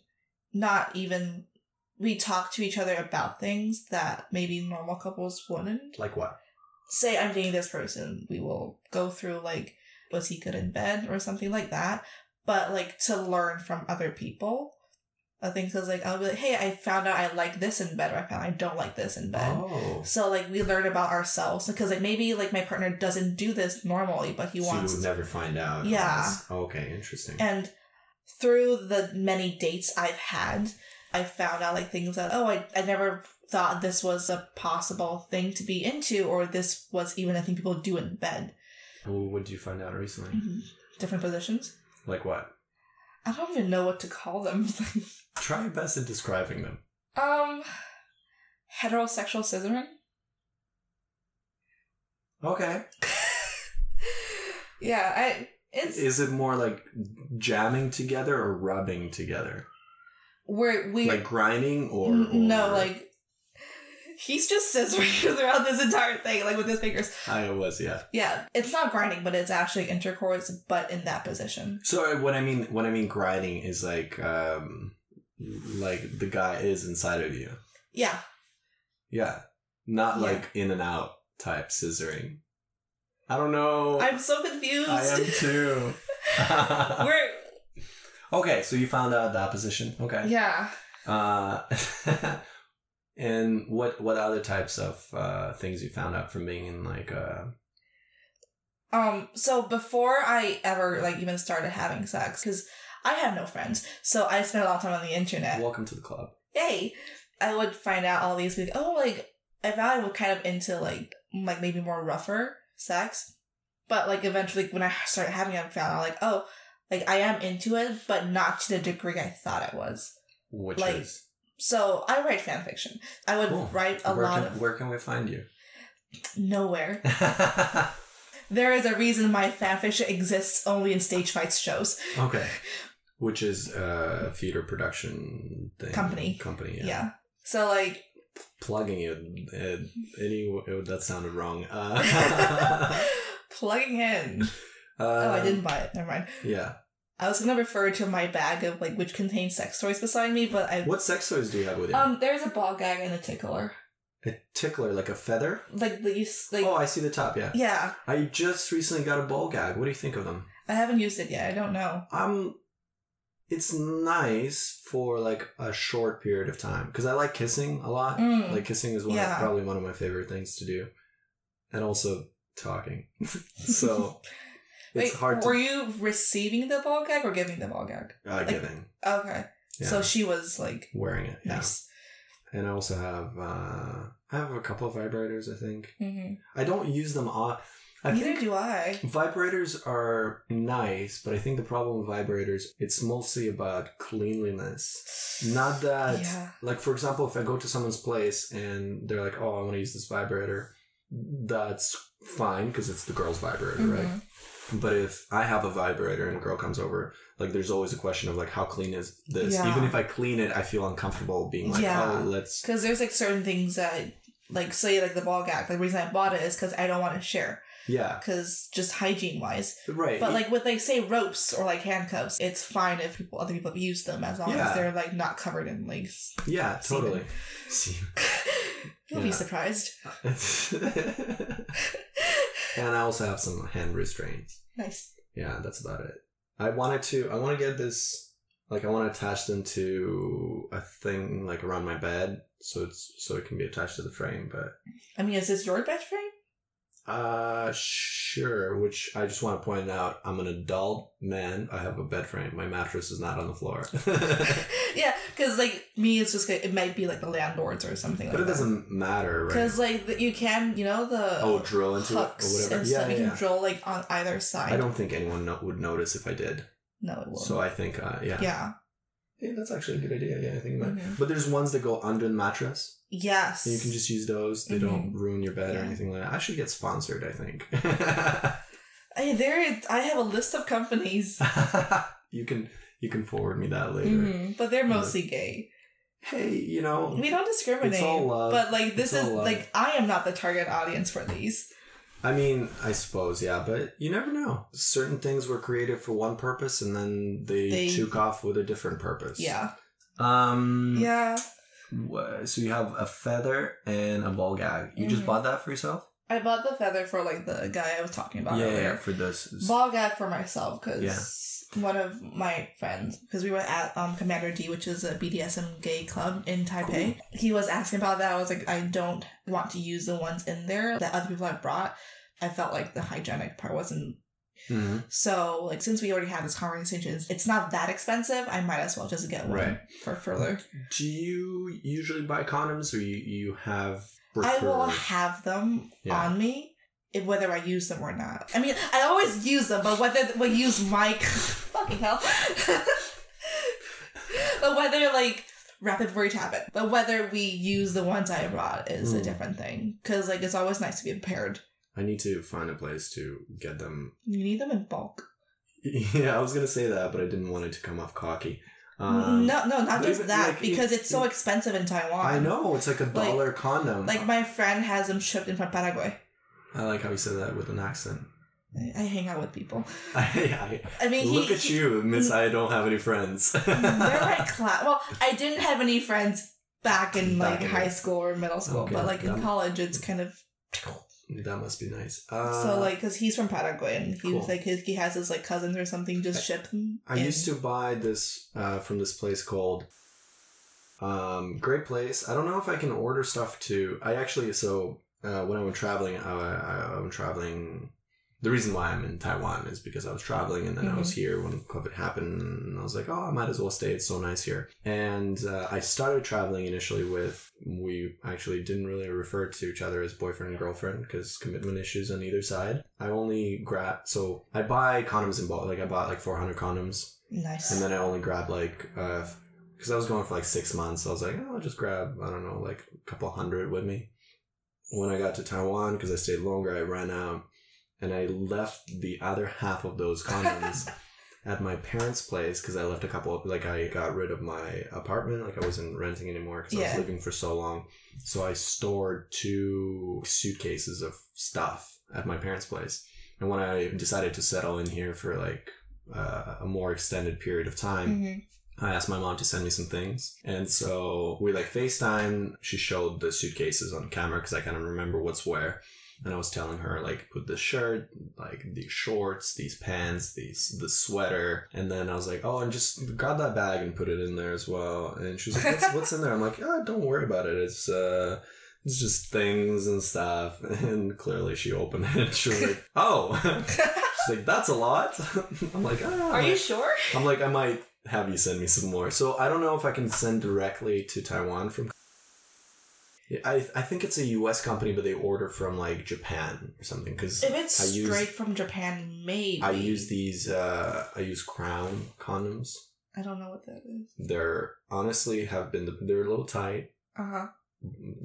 B: Not even we talk to each other about things that maybe normal couples wouldn't.
A: Like what?
B: Say I'm dating this person, we will go through like was he good in bed or something like that. But like to learn from other people. I think because like I'll be like, hey, I found out I like this in bed, or I found I don't like this in bed.
A: Oh,
B: So like we learn about ourselves because like maybe like my partner doesn't do this normally, but he
A: so
B: wants
A: you would
B: to.
A: never find out.
B: Yeah.
A: unless- okay, interesting.
B: And through the many dates I've had, I found out like things that oh I I never thought this was a possible thing to be into or this was even a thing people do in bed.
A: Well, what did you find out recently?
B: Different positions.
A: Like what?
B: I don't even know what to call them.
A: Try your best at describing them.
B: um, heterosexual scissoring.
A: Okay.
B: Yeah, I it's
A: Is it more like jamming together or rubbing together?
B: we're we
A: Like grinding or,
B: N- no
A: or-
B: like he's just scissoring throughout this entire thing like with his fingers
A: I was yeah.
B: yeah it's not grinding but it's actually intercourse but in that position
A: So uh, what I mean, what I mean, grinding is like, um, like the guy is inside of you.
B: yeah
A: Yeah, not
B: Yeah.
A: like in and out type scissoring. I don't know.
B: i'm so confused
A: Oh, I am too.
B: we're
A: okay, so you found out that position. Okay.
B: yeah
A: Uh, and what what other types of uh, things you found out from being in like uh,
B: um so before i ever like even started having sex because i have no friends so i spent a lot of time on the internet
A: welcome to the club?
B: yay i would find out all these like oh like i found i was kind of into like like maybe more rougher sex but like eventually when i started having it i found out like oh like i am into it but not to the degree i thought it was
A: Which
B: Like,
A: is
B: so i write fan fiction i would
A: Cool.
B: write a
A: where
B: lot
A: can,
B: of
A: where can we find you?
B: nowhere there is a reason my fan fiction exists only in stage fights shows
A: Okay. Which is uh, a theater production thing.
B: Company.
A: Company,
B: yeah,
A: yeah.
B: so like
A: Plugging it, it any it, that sounded wrong. Uh,
B: plugging in oh i
A: um,
B: didn't buy it never mind
A: Yeah.
B: I was gonna refer to my bag of like which contains sex toys beside me, but I
A: What sex toys do you have with you?
B: um there's a ball gag and a tickler.
A: a tickler, like a feather.
B: Like the use like
A: oh, I see the top. Yeah.
B: yeah.
A: I just recently got a ball gag. What do you think of them?
B: I haven't used it yet. I don't know.
A: Um, it's nice for like a short period of time because I like kissing a lot.
B: Mm.
A: Like kissing is one
B: Yeah.
A: of, probably one of my favorite things to do, and also talking. so it's
B: Wait,
A: hard
B: were
A: to
B: you receiving the ball gag or giving the ball gag?
A: uh, giving.
B: Okay,
A: Yeah.
B: so she was like
A: wearing it. Yeah.
B: nice.
A: And I also have uh, I have a couple of vibrators. I think
B: hmm
A: I don't use them. o- I
B: Neither
A: think
B: do I.
A: vibrators are nice, but I think the problem with vibrators it's mostly about cleanliness. Not that
B: Yeah.
A: like for example, if I go to someone's place and they're like, "Oh, I want to use this vibrator," that's fine because it's the girl's vibrator, right?
B: Mhm.
A: But if I have a vibrator and a girl comes over, like there's always a question of like how clean is this?
B: Yeah.
A: Even if I clean it, I feel uncomfortable being like,
B: Yeah.
A: oh, let's
B: Because there's like certain things that like say like the ball gag. The reason I bought it is because I don't want to share.
A: Yeah.
B: because just hygiene wise.
A: Right.
B: But like with like say ropes or like handcuffs, it's fine if people other people use them as long
A: Yeah.
B: as they're like not covered in like. s-
A: yeah,
B: Semen.
A: totally. See.
B: You'll be
A: Yeah.
B: surprised.
A: and I also have some hand restraints.
B: Nice.
A: Yeah, that's about it. I wanted to. I want to get this. Like, I want to attach them to a thing like around my bed, so it's so it can be attached to the frame. But
B: I mean, is this your bed frame?
A: Uh, sure. Which I just want to point out, I'm an adult man. I have a bed frame. My mattress is not on the floor. but
B: yeah, because like me, it's just it might be like the landlords or something. like
A: it doesn't matter, right?
B: Because like the- you can, you know the
A: Oh, drill into it or
B: hooks
A: whatever.
B: and
A: Yeah,
B: stuff.
A: yeah,
B: you can
A: yeah.
B: drill like on either side.
A: I don't think anyone no- would notice if I did.
B: No, it won't.
A: So I think, uh, yeah.
B: yeah.
A: Hey, that's actually a good idea. Yeah, I think about
B: Mhm.
A: But there's ones that go under the mattress.
B: Yes.
A: And you can just use those. They don't ruin your bed or
B: Mm-hmm. Yeah.
A: anything like that. I should get sponsored, I think.
B: I, there, is- I have a list of companies,
A: you can you can forward me that later.
B: Mhm. but they're
A: Yeah.
B: mostly gay.
A: Hey, you know,
B: We don't discriminate.
A: It's all love.
B: But like this
A: It's
B: is
A: all love.
B: like I am not the target audience for these.
A: I mean, I suppose, yeah, but you never know. Certain things were created for one purpose and then they,
B: They-
A: took off with a different purpose.
B: Yeah.
A: Um
B: Yeah.
A: wha- So you have a feather and a ball gag. You just
B: Mhm.
A: bought that for yourself?
B: I bought the feather for like the guy I was talking about
A: yeah, yeah,
B: earlier.
A: for this.
B: ball gag for myself because one of my friends because we were at um, commander d which is a bdsm gay club in taipei he was asking about that i was like i don't want to use the ones in there that other people have brought i felt like the hygienic part wasn't
A: Mhm.
B: so like since we already had this conversation it's not that expensive i might as well just get one
A: Right.
B: for further
A: Do you usually buy condoms or you, you have
B: i will
A: preferred-
B: have them
A: Yeah.
B: on me if- whether I use them or not, I mean, I always use them, but whether we use my fucking hell, but whether like rapid word habit, but whether we use the ones I brought is a
A: Mm.
B: different thing because like it's always nice to be paired.
A: I need to find a place to get them.
B: You need them in bulk.
A: Yeah, I was going to say that, but I didn't want it to come off cocky.
B: no, no, not
A: Um, but
B: just
A: even,
B: that
A: like,
B: because
A: it-
B: it's so expensive in Taiwan.
A: I know, it's like a dollar condom.
B: Like my friend has them shipped in from Paraguay.
A: I like how you said that with an accent.
B: I, I hang out with people.
A: I,
B: I mean, he,
A: Look at
B: he-
A: you, Miss. I don't have any friends.
B: They're my class. Well, I didn't have any friends back in
A: Back
B: like
A: in-
B: high school or middle school,
A: Okay,
B: but like in
A: yeah.
B: college, it's kind of
A: that must be nice. Uh,
B: so like because he's from Paraguay and he
A: cool.
B: was like his, he has his like cousins or something just ship them.
A: I used to buy this uh, from this place called. Um, great place. I don't know if I can order stuff to. I actually so uh, when I was traveling, I, I, I was traveling. The reason why I'm in Taiwan is because I was traveling and then I was here when COVID happened, and I was like, oh, I might as well stay. It's so nice here. And uh, I started traveling initially with we actually didn't really refer to each other as boyfriend and girlfriend because commitment issues on either side. I only grab so I buy condoms in bulk. Like I bought like 400 condoms
B: nice.
A: and then I only grabbed like, because I was going for like six months, so I was like, oh, I'll just grab, I don't know, like a couple hundred with me. When I got to Taiwan, because I stayed longer, I ran out and I left the other half of those condoms at my parents' place because I left a couple, like I got rid of my apartment, like I wasn't renting anymore because I
B: Yeah.
A: was living for so long. So I stored two suitcases of stuff at my parents' place. And when I decided to settle in here for like uh, a more extended period of time,
B: Mhm.
A: I asked my mom to send me some things. And so we like FaceTime. She showed the suitcases on camera because I kind of remember what's where. And I was telling her, like, put this shirt, like these shorts, these pants, these the sweater. And then I was like, oh, and just grab that bag and put it in there as well. And she was like, what's, what's in there? I'm like, oh, don't worry about it. It's uh it's just things and stuff. And clearly she opened it. She was like, oh. She's like, that's a lot. I'm like, ah.
C: Are you sure?
A: I'm like, I might have you send me some more. So I don't know if I can send directly to Taiwan from. Yeah, I, I think it's a U.S. company, but they order from like Japan or something. Because
B: if it's
A: I use-
B: straight from Japan, maybe
A: I use these, uh, I use Crown condoms.
B: I don't know what that is.
A: They're honestly have been the, they're a little tight,
B: Uh huh.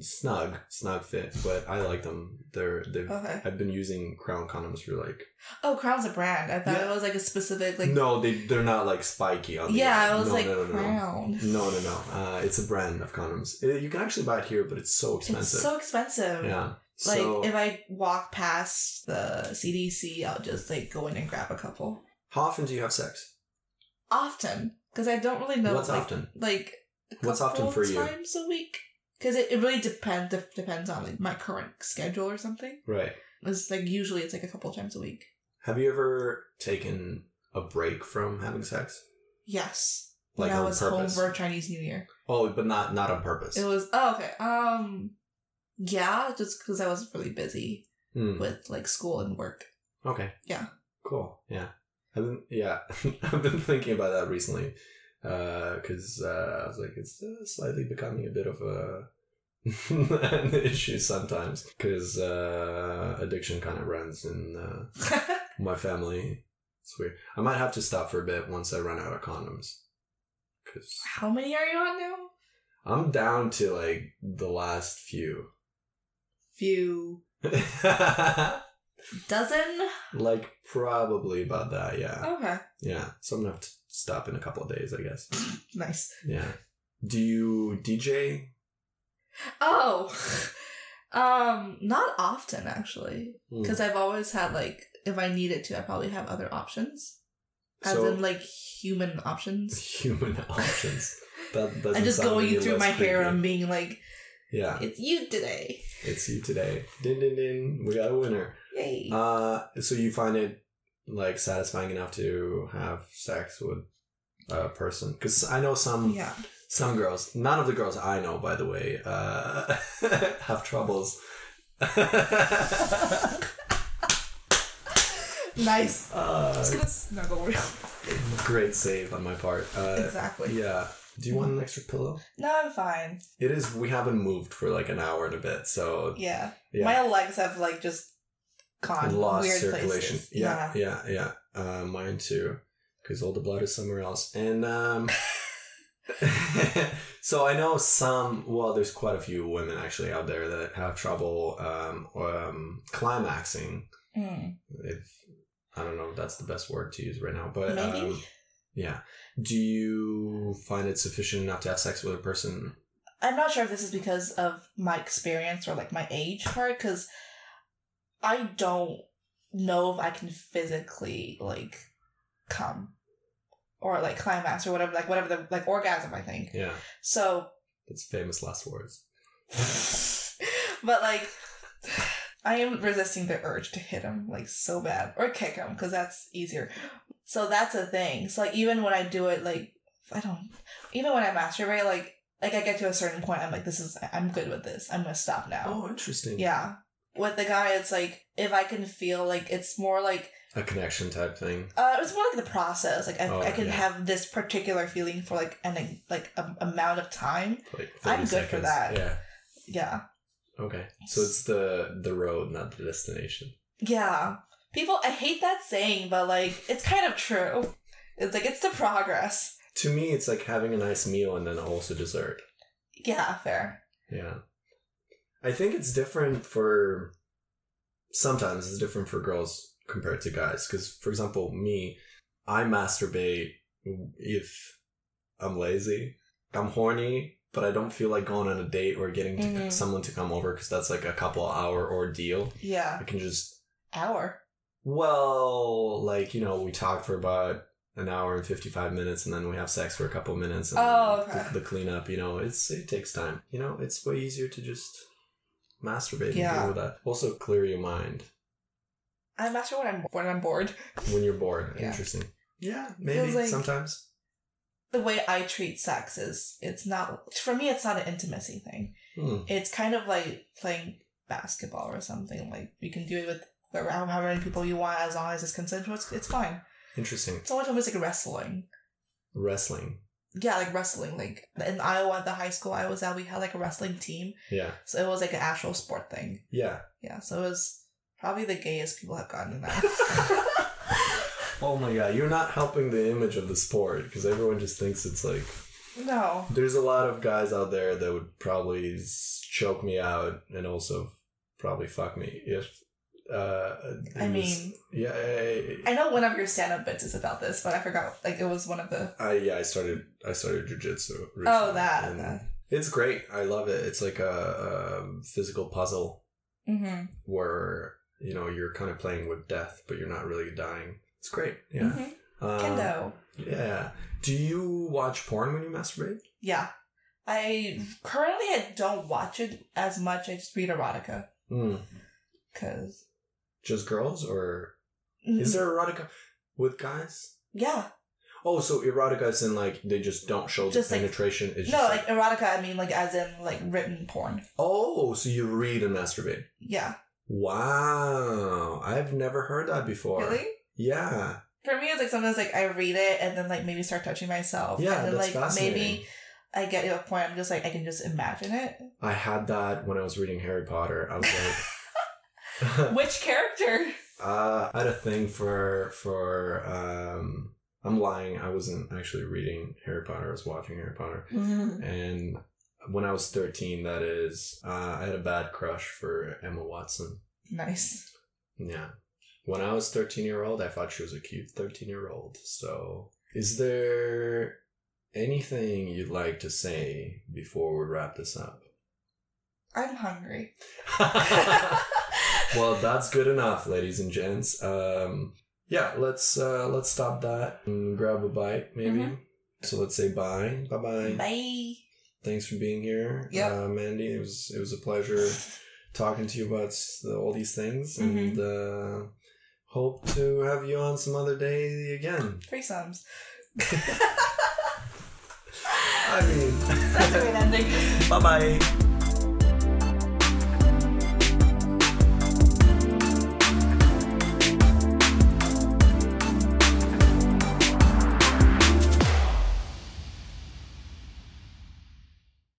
A: snug, snug fit, but I like them. They're they've
B: Okay.
A: I've been using Crown condoms for like
B: Oh, Crown's a brand. I thought
A: Yeah.
B: it was like a specific like.
A: no, they they're not like spiky on. the
B: Yeah,
A: end.
B: I was
A: No,
B: like
A: no, no, no.
B: Crown.
A: No, no, no. Uh, it's a brand of condoms. Uh, You can actually buy it here, but it's so
B: It's
A: expensive.
B: so expensive.
A: yeah.
B: Like
A: so
B: if I walk past the CDC, I'll just like go in and grab a couple.
A: how often do you have sex?
B: Often, because I don't really know
A: What's
B: like,
A: often?
B: like a
A: What's often
B: couple
A: for you?
B: times a week. Because it, it really depends dep- depends on like my current schedule or something.
A: Right.
B: It's like usually it's like a couple times a week.
A: Have you ever taken a break from having sex?
B: Yes,
A: Like
B: when I
A: on
B: was
A: purpose?
B: home for Chinese New Year.
A: Oh, but not not on purpose.
B: It was oh okay. Um, yeah, just because I was really busy
A: Hmm.
B: with like school and work.
A: Okay.
B: Yeah.
A: Cool. Yeah. I've been yeah. I've been thinking about that recently because uh, I was like, it's uh, slightly becoming a bit of a an issue sometimes because uh, addiction kind of runs in uh, my family. It's weird. I might have to stop for a bit once I run out of condoms because
B: How many are you on now?
A: I'm down to like the last few.
B: Few dozen.
A: like probably about that. Yeah.
B: Okay,
A: Yeah, so I'm gonna have to stop in a couple of days, I guess.
B: nice.
A: yeah. Do you DJ?
B: Oh, um, not often actually,
A: Hmm.
B: because I've always had like, if I needed to, I probably have other options, as
A: So-
B: in like human options.
A: Human options. That doesn't
B: I'm just
A: sound
B: going
A: any
B: through
A: less
B: my hair
A: creepy.
B: and being like,
A: Yeah,
B: it's you today,
A: it's you today. Din din din. We got a winner.
B: yay!
A: Uh, so you find it like satisfying enough to have sex with a person? Because I know some
B: yeah,
A: some girls. None of the girls I know, by the way, uh, have troubles.
B: nice.
A: Uh,
B: just gonna snuggle real.
A: Great save on my part. Uh,
B: exactly.
A: yeah. Do you want an extra pillow?
B: No, I'm fine.
A: It is. We haven't moved for like an hour and a bit, so
B: Yeah.
A: yeah.
B: my legs have like just gone
A: Lost
B: weird
A: circulation.
B: places.
A: Yeah, yeah, yeah. Uh, mine too, because all the blood is somewhere else. And um, so I know some. Well, there's quite a few women actually out there that have trouble um, um climaxing.
B: Yeah. Mm.
A: If I don't know, if that's the best word to use right now, but
B: Maybe.
A: um, yeah. Do you find it sufficient enough to have sex with a person
B: I'm not sure if this is because of my experience or like my age part, because I don't know if I can physically like come or like climax or whatever, like whatever the like orgasm. I think
A: Yeah,
B: so,
A: that's famous last words.
B: but like. I am resisting the urge to hit him like so bad or kick him because that's easier. So that's a thing. So like even when I do it, like I don't, even when I masturbate, like like I get to a certain point, I'm like, this is I'm good with this. I'm gonna stop now.
A: Oh, interesting.
B: Yeah. With the guy, it's like if I can feel like it's more like
A: A connection type thing.
B: uh, it's more like the process. Like I,
A: Oh,
B: I can
A: yeah.
B: have this particular feeling for like an like a, amount of time.
A: Like 30
B: I'm good
A: seconds.
B: for that.
A: Yeah.
B: Yeah.
A: Okay. So it's the the road, not the destination.
B: Yeah. People, I hate that saying, but like, it's kind of true. It's like, it's the progress.
A: To me, it's like having a nice meal and then also dessert.
B: Yeah, fair.
A: Yeah. I think it's different for. Sometimes it's different for girls compared to guys. Because, for example, me, I masturbate if I'm lazy, I'm horny, but I don't feel like going on a date or getting to
B: Mhm.
A: someone to come over because that's like a couple hour ordeal.
B: Yeah.
A: I can just,
B: Hour.
A: well, like, you know, we talk for about an hour and 55 minutes and then we have sex for a couple minutes and
B: Oh,
A: then
B: okay.
A: the, the cleanup, you know, it's it takes time. You know, it's way easier to just masturbate and
B: Yeah.
A: deal with that. Also, clear your mind
B: I master when I'm when I'm bored.
A: when you're bored.
B: Yeah.
A: Interesting. Yeah, maybe
B: Feels like-
A: sometimes.
B: The way I treat sex is it's not for me. It's not an intimacy thing.
A: Hmm.
B: It's kind of like playing basketball or something. Like you can do it with whoever, however many people you want, as long as it's consensual. It's, it's fine.
A: Interesting.
B: Someone told me it's like wrestling.
A: Wrestling.
B: Yeah, like wrestling. Like in Iowa, at the high school I was at, we had like a wrestling team.
A: Yeah.
B: So it was like an actual sport thing.
A: Yeah.
B: Yeah, so it was probably the gayest people have gotten in that.
A: Oh my god, you're not helping the image of the sport because everyone just thinks it's like
B: no.
A: There's a lot of guys out there that would probably s- choke me out and also probably fuck me if. Uh,
B: I
A: it was-
B: mean-
A: yeah, I,
B: I know one of your stand up bits is about this, but I forgot. Like, it was one of the.
A: I, yeah, I started. I started jujitsu. recently,
B: Oh, that,
A: and
B: that.
A: It's great. I love it. It's like a, a physical puzzle
B: Mm-hmm.
A: where you know you're kind of playing with death, but you're not really dying. It's great. Yeah.
B: Mhm.
A: Um,
B: Kendo.
A: Yeah. Do you watch porn when you masturbate?
B: Yeah. I currently I don't watch it as much. I just read erotica
A: Hmm.
B: because
A: Just girls, or is there erotica with guys?
B: yeah.
A: Oh, so erotica is in like they just don't show
B: Just,
A: the
B: like-
A: penetration. it's
B: No,
A: just
B: like erotica. I mean, like as in like written porn.
A: oh, so you read and masturbate.
B: Yeah.
A: Wow, I've never heard that before.
B: Really?
A: Yeah,
B: For me, it's like sometimes like I read it and then like maybe start touching myself.
A: yeah,
B: And then
A: that's
B: like
A: fascinating.
B: maybe I get to a point. I'm just like I can just imagine it.
A: I had that when I was reading Harry Potter. I was like,
B: Which character?
A: uh, I had a thing for for. Um, I'm lying. I wasn't actually reading Harry Potter. I was watching Harry Potter. And when I was 13, that is, uh, I had a bad crush for Emma Watson.
B: Nice.
A: Yeah. When I was 13 year old, I thought she was a cute 13 year old. So, is there anything you'd like to say before we wrap this up?
B: I'm hungry.
A: well, that's good enough, ladies and gents. Um, yeah, let's uh, let's stop that and grab a bite, maybe. So let's say bye, bye, bye.
B: Bye.
A: Thanks for being here,
B: Yep.
A: uh, Mandy. It was it was a pleasure talking to you about s- all these things, and uh, hope to have you on some other day again.
B: Threesomes.
A: I mean,
B: That's a great ending.
A: bye bye.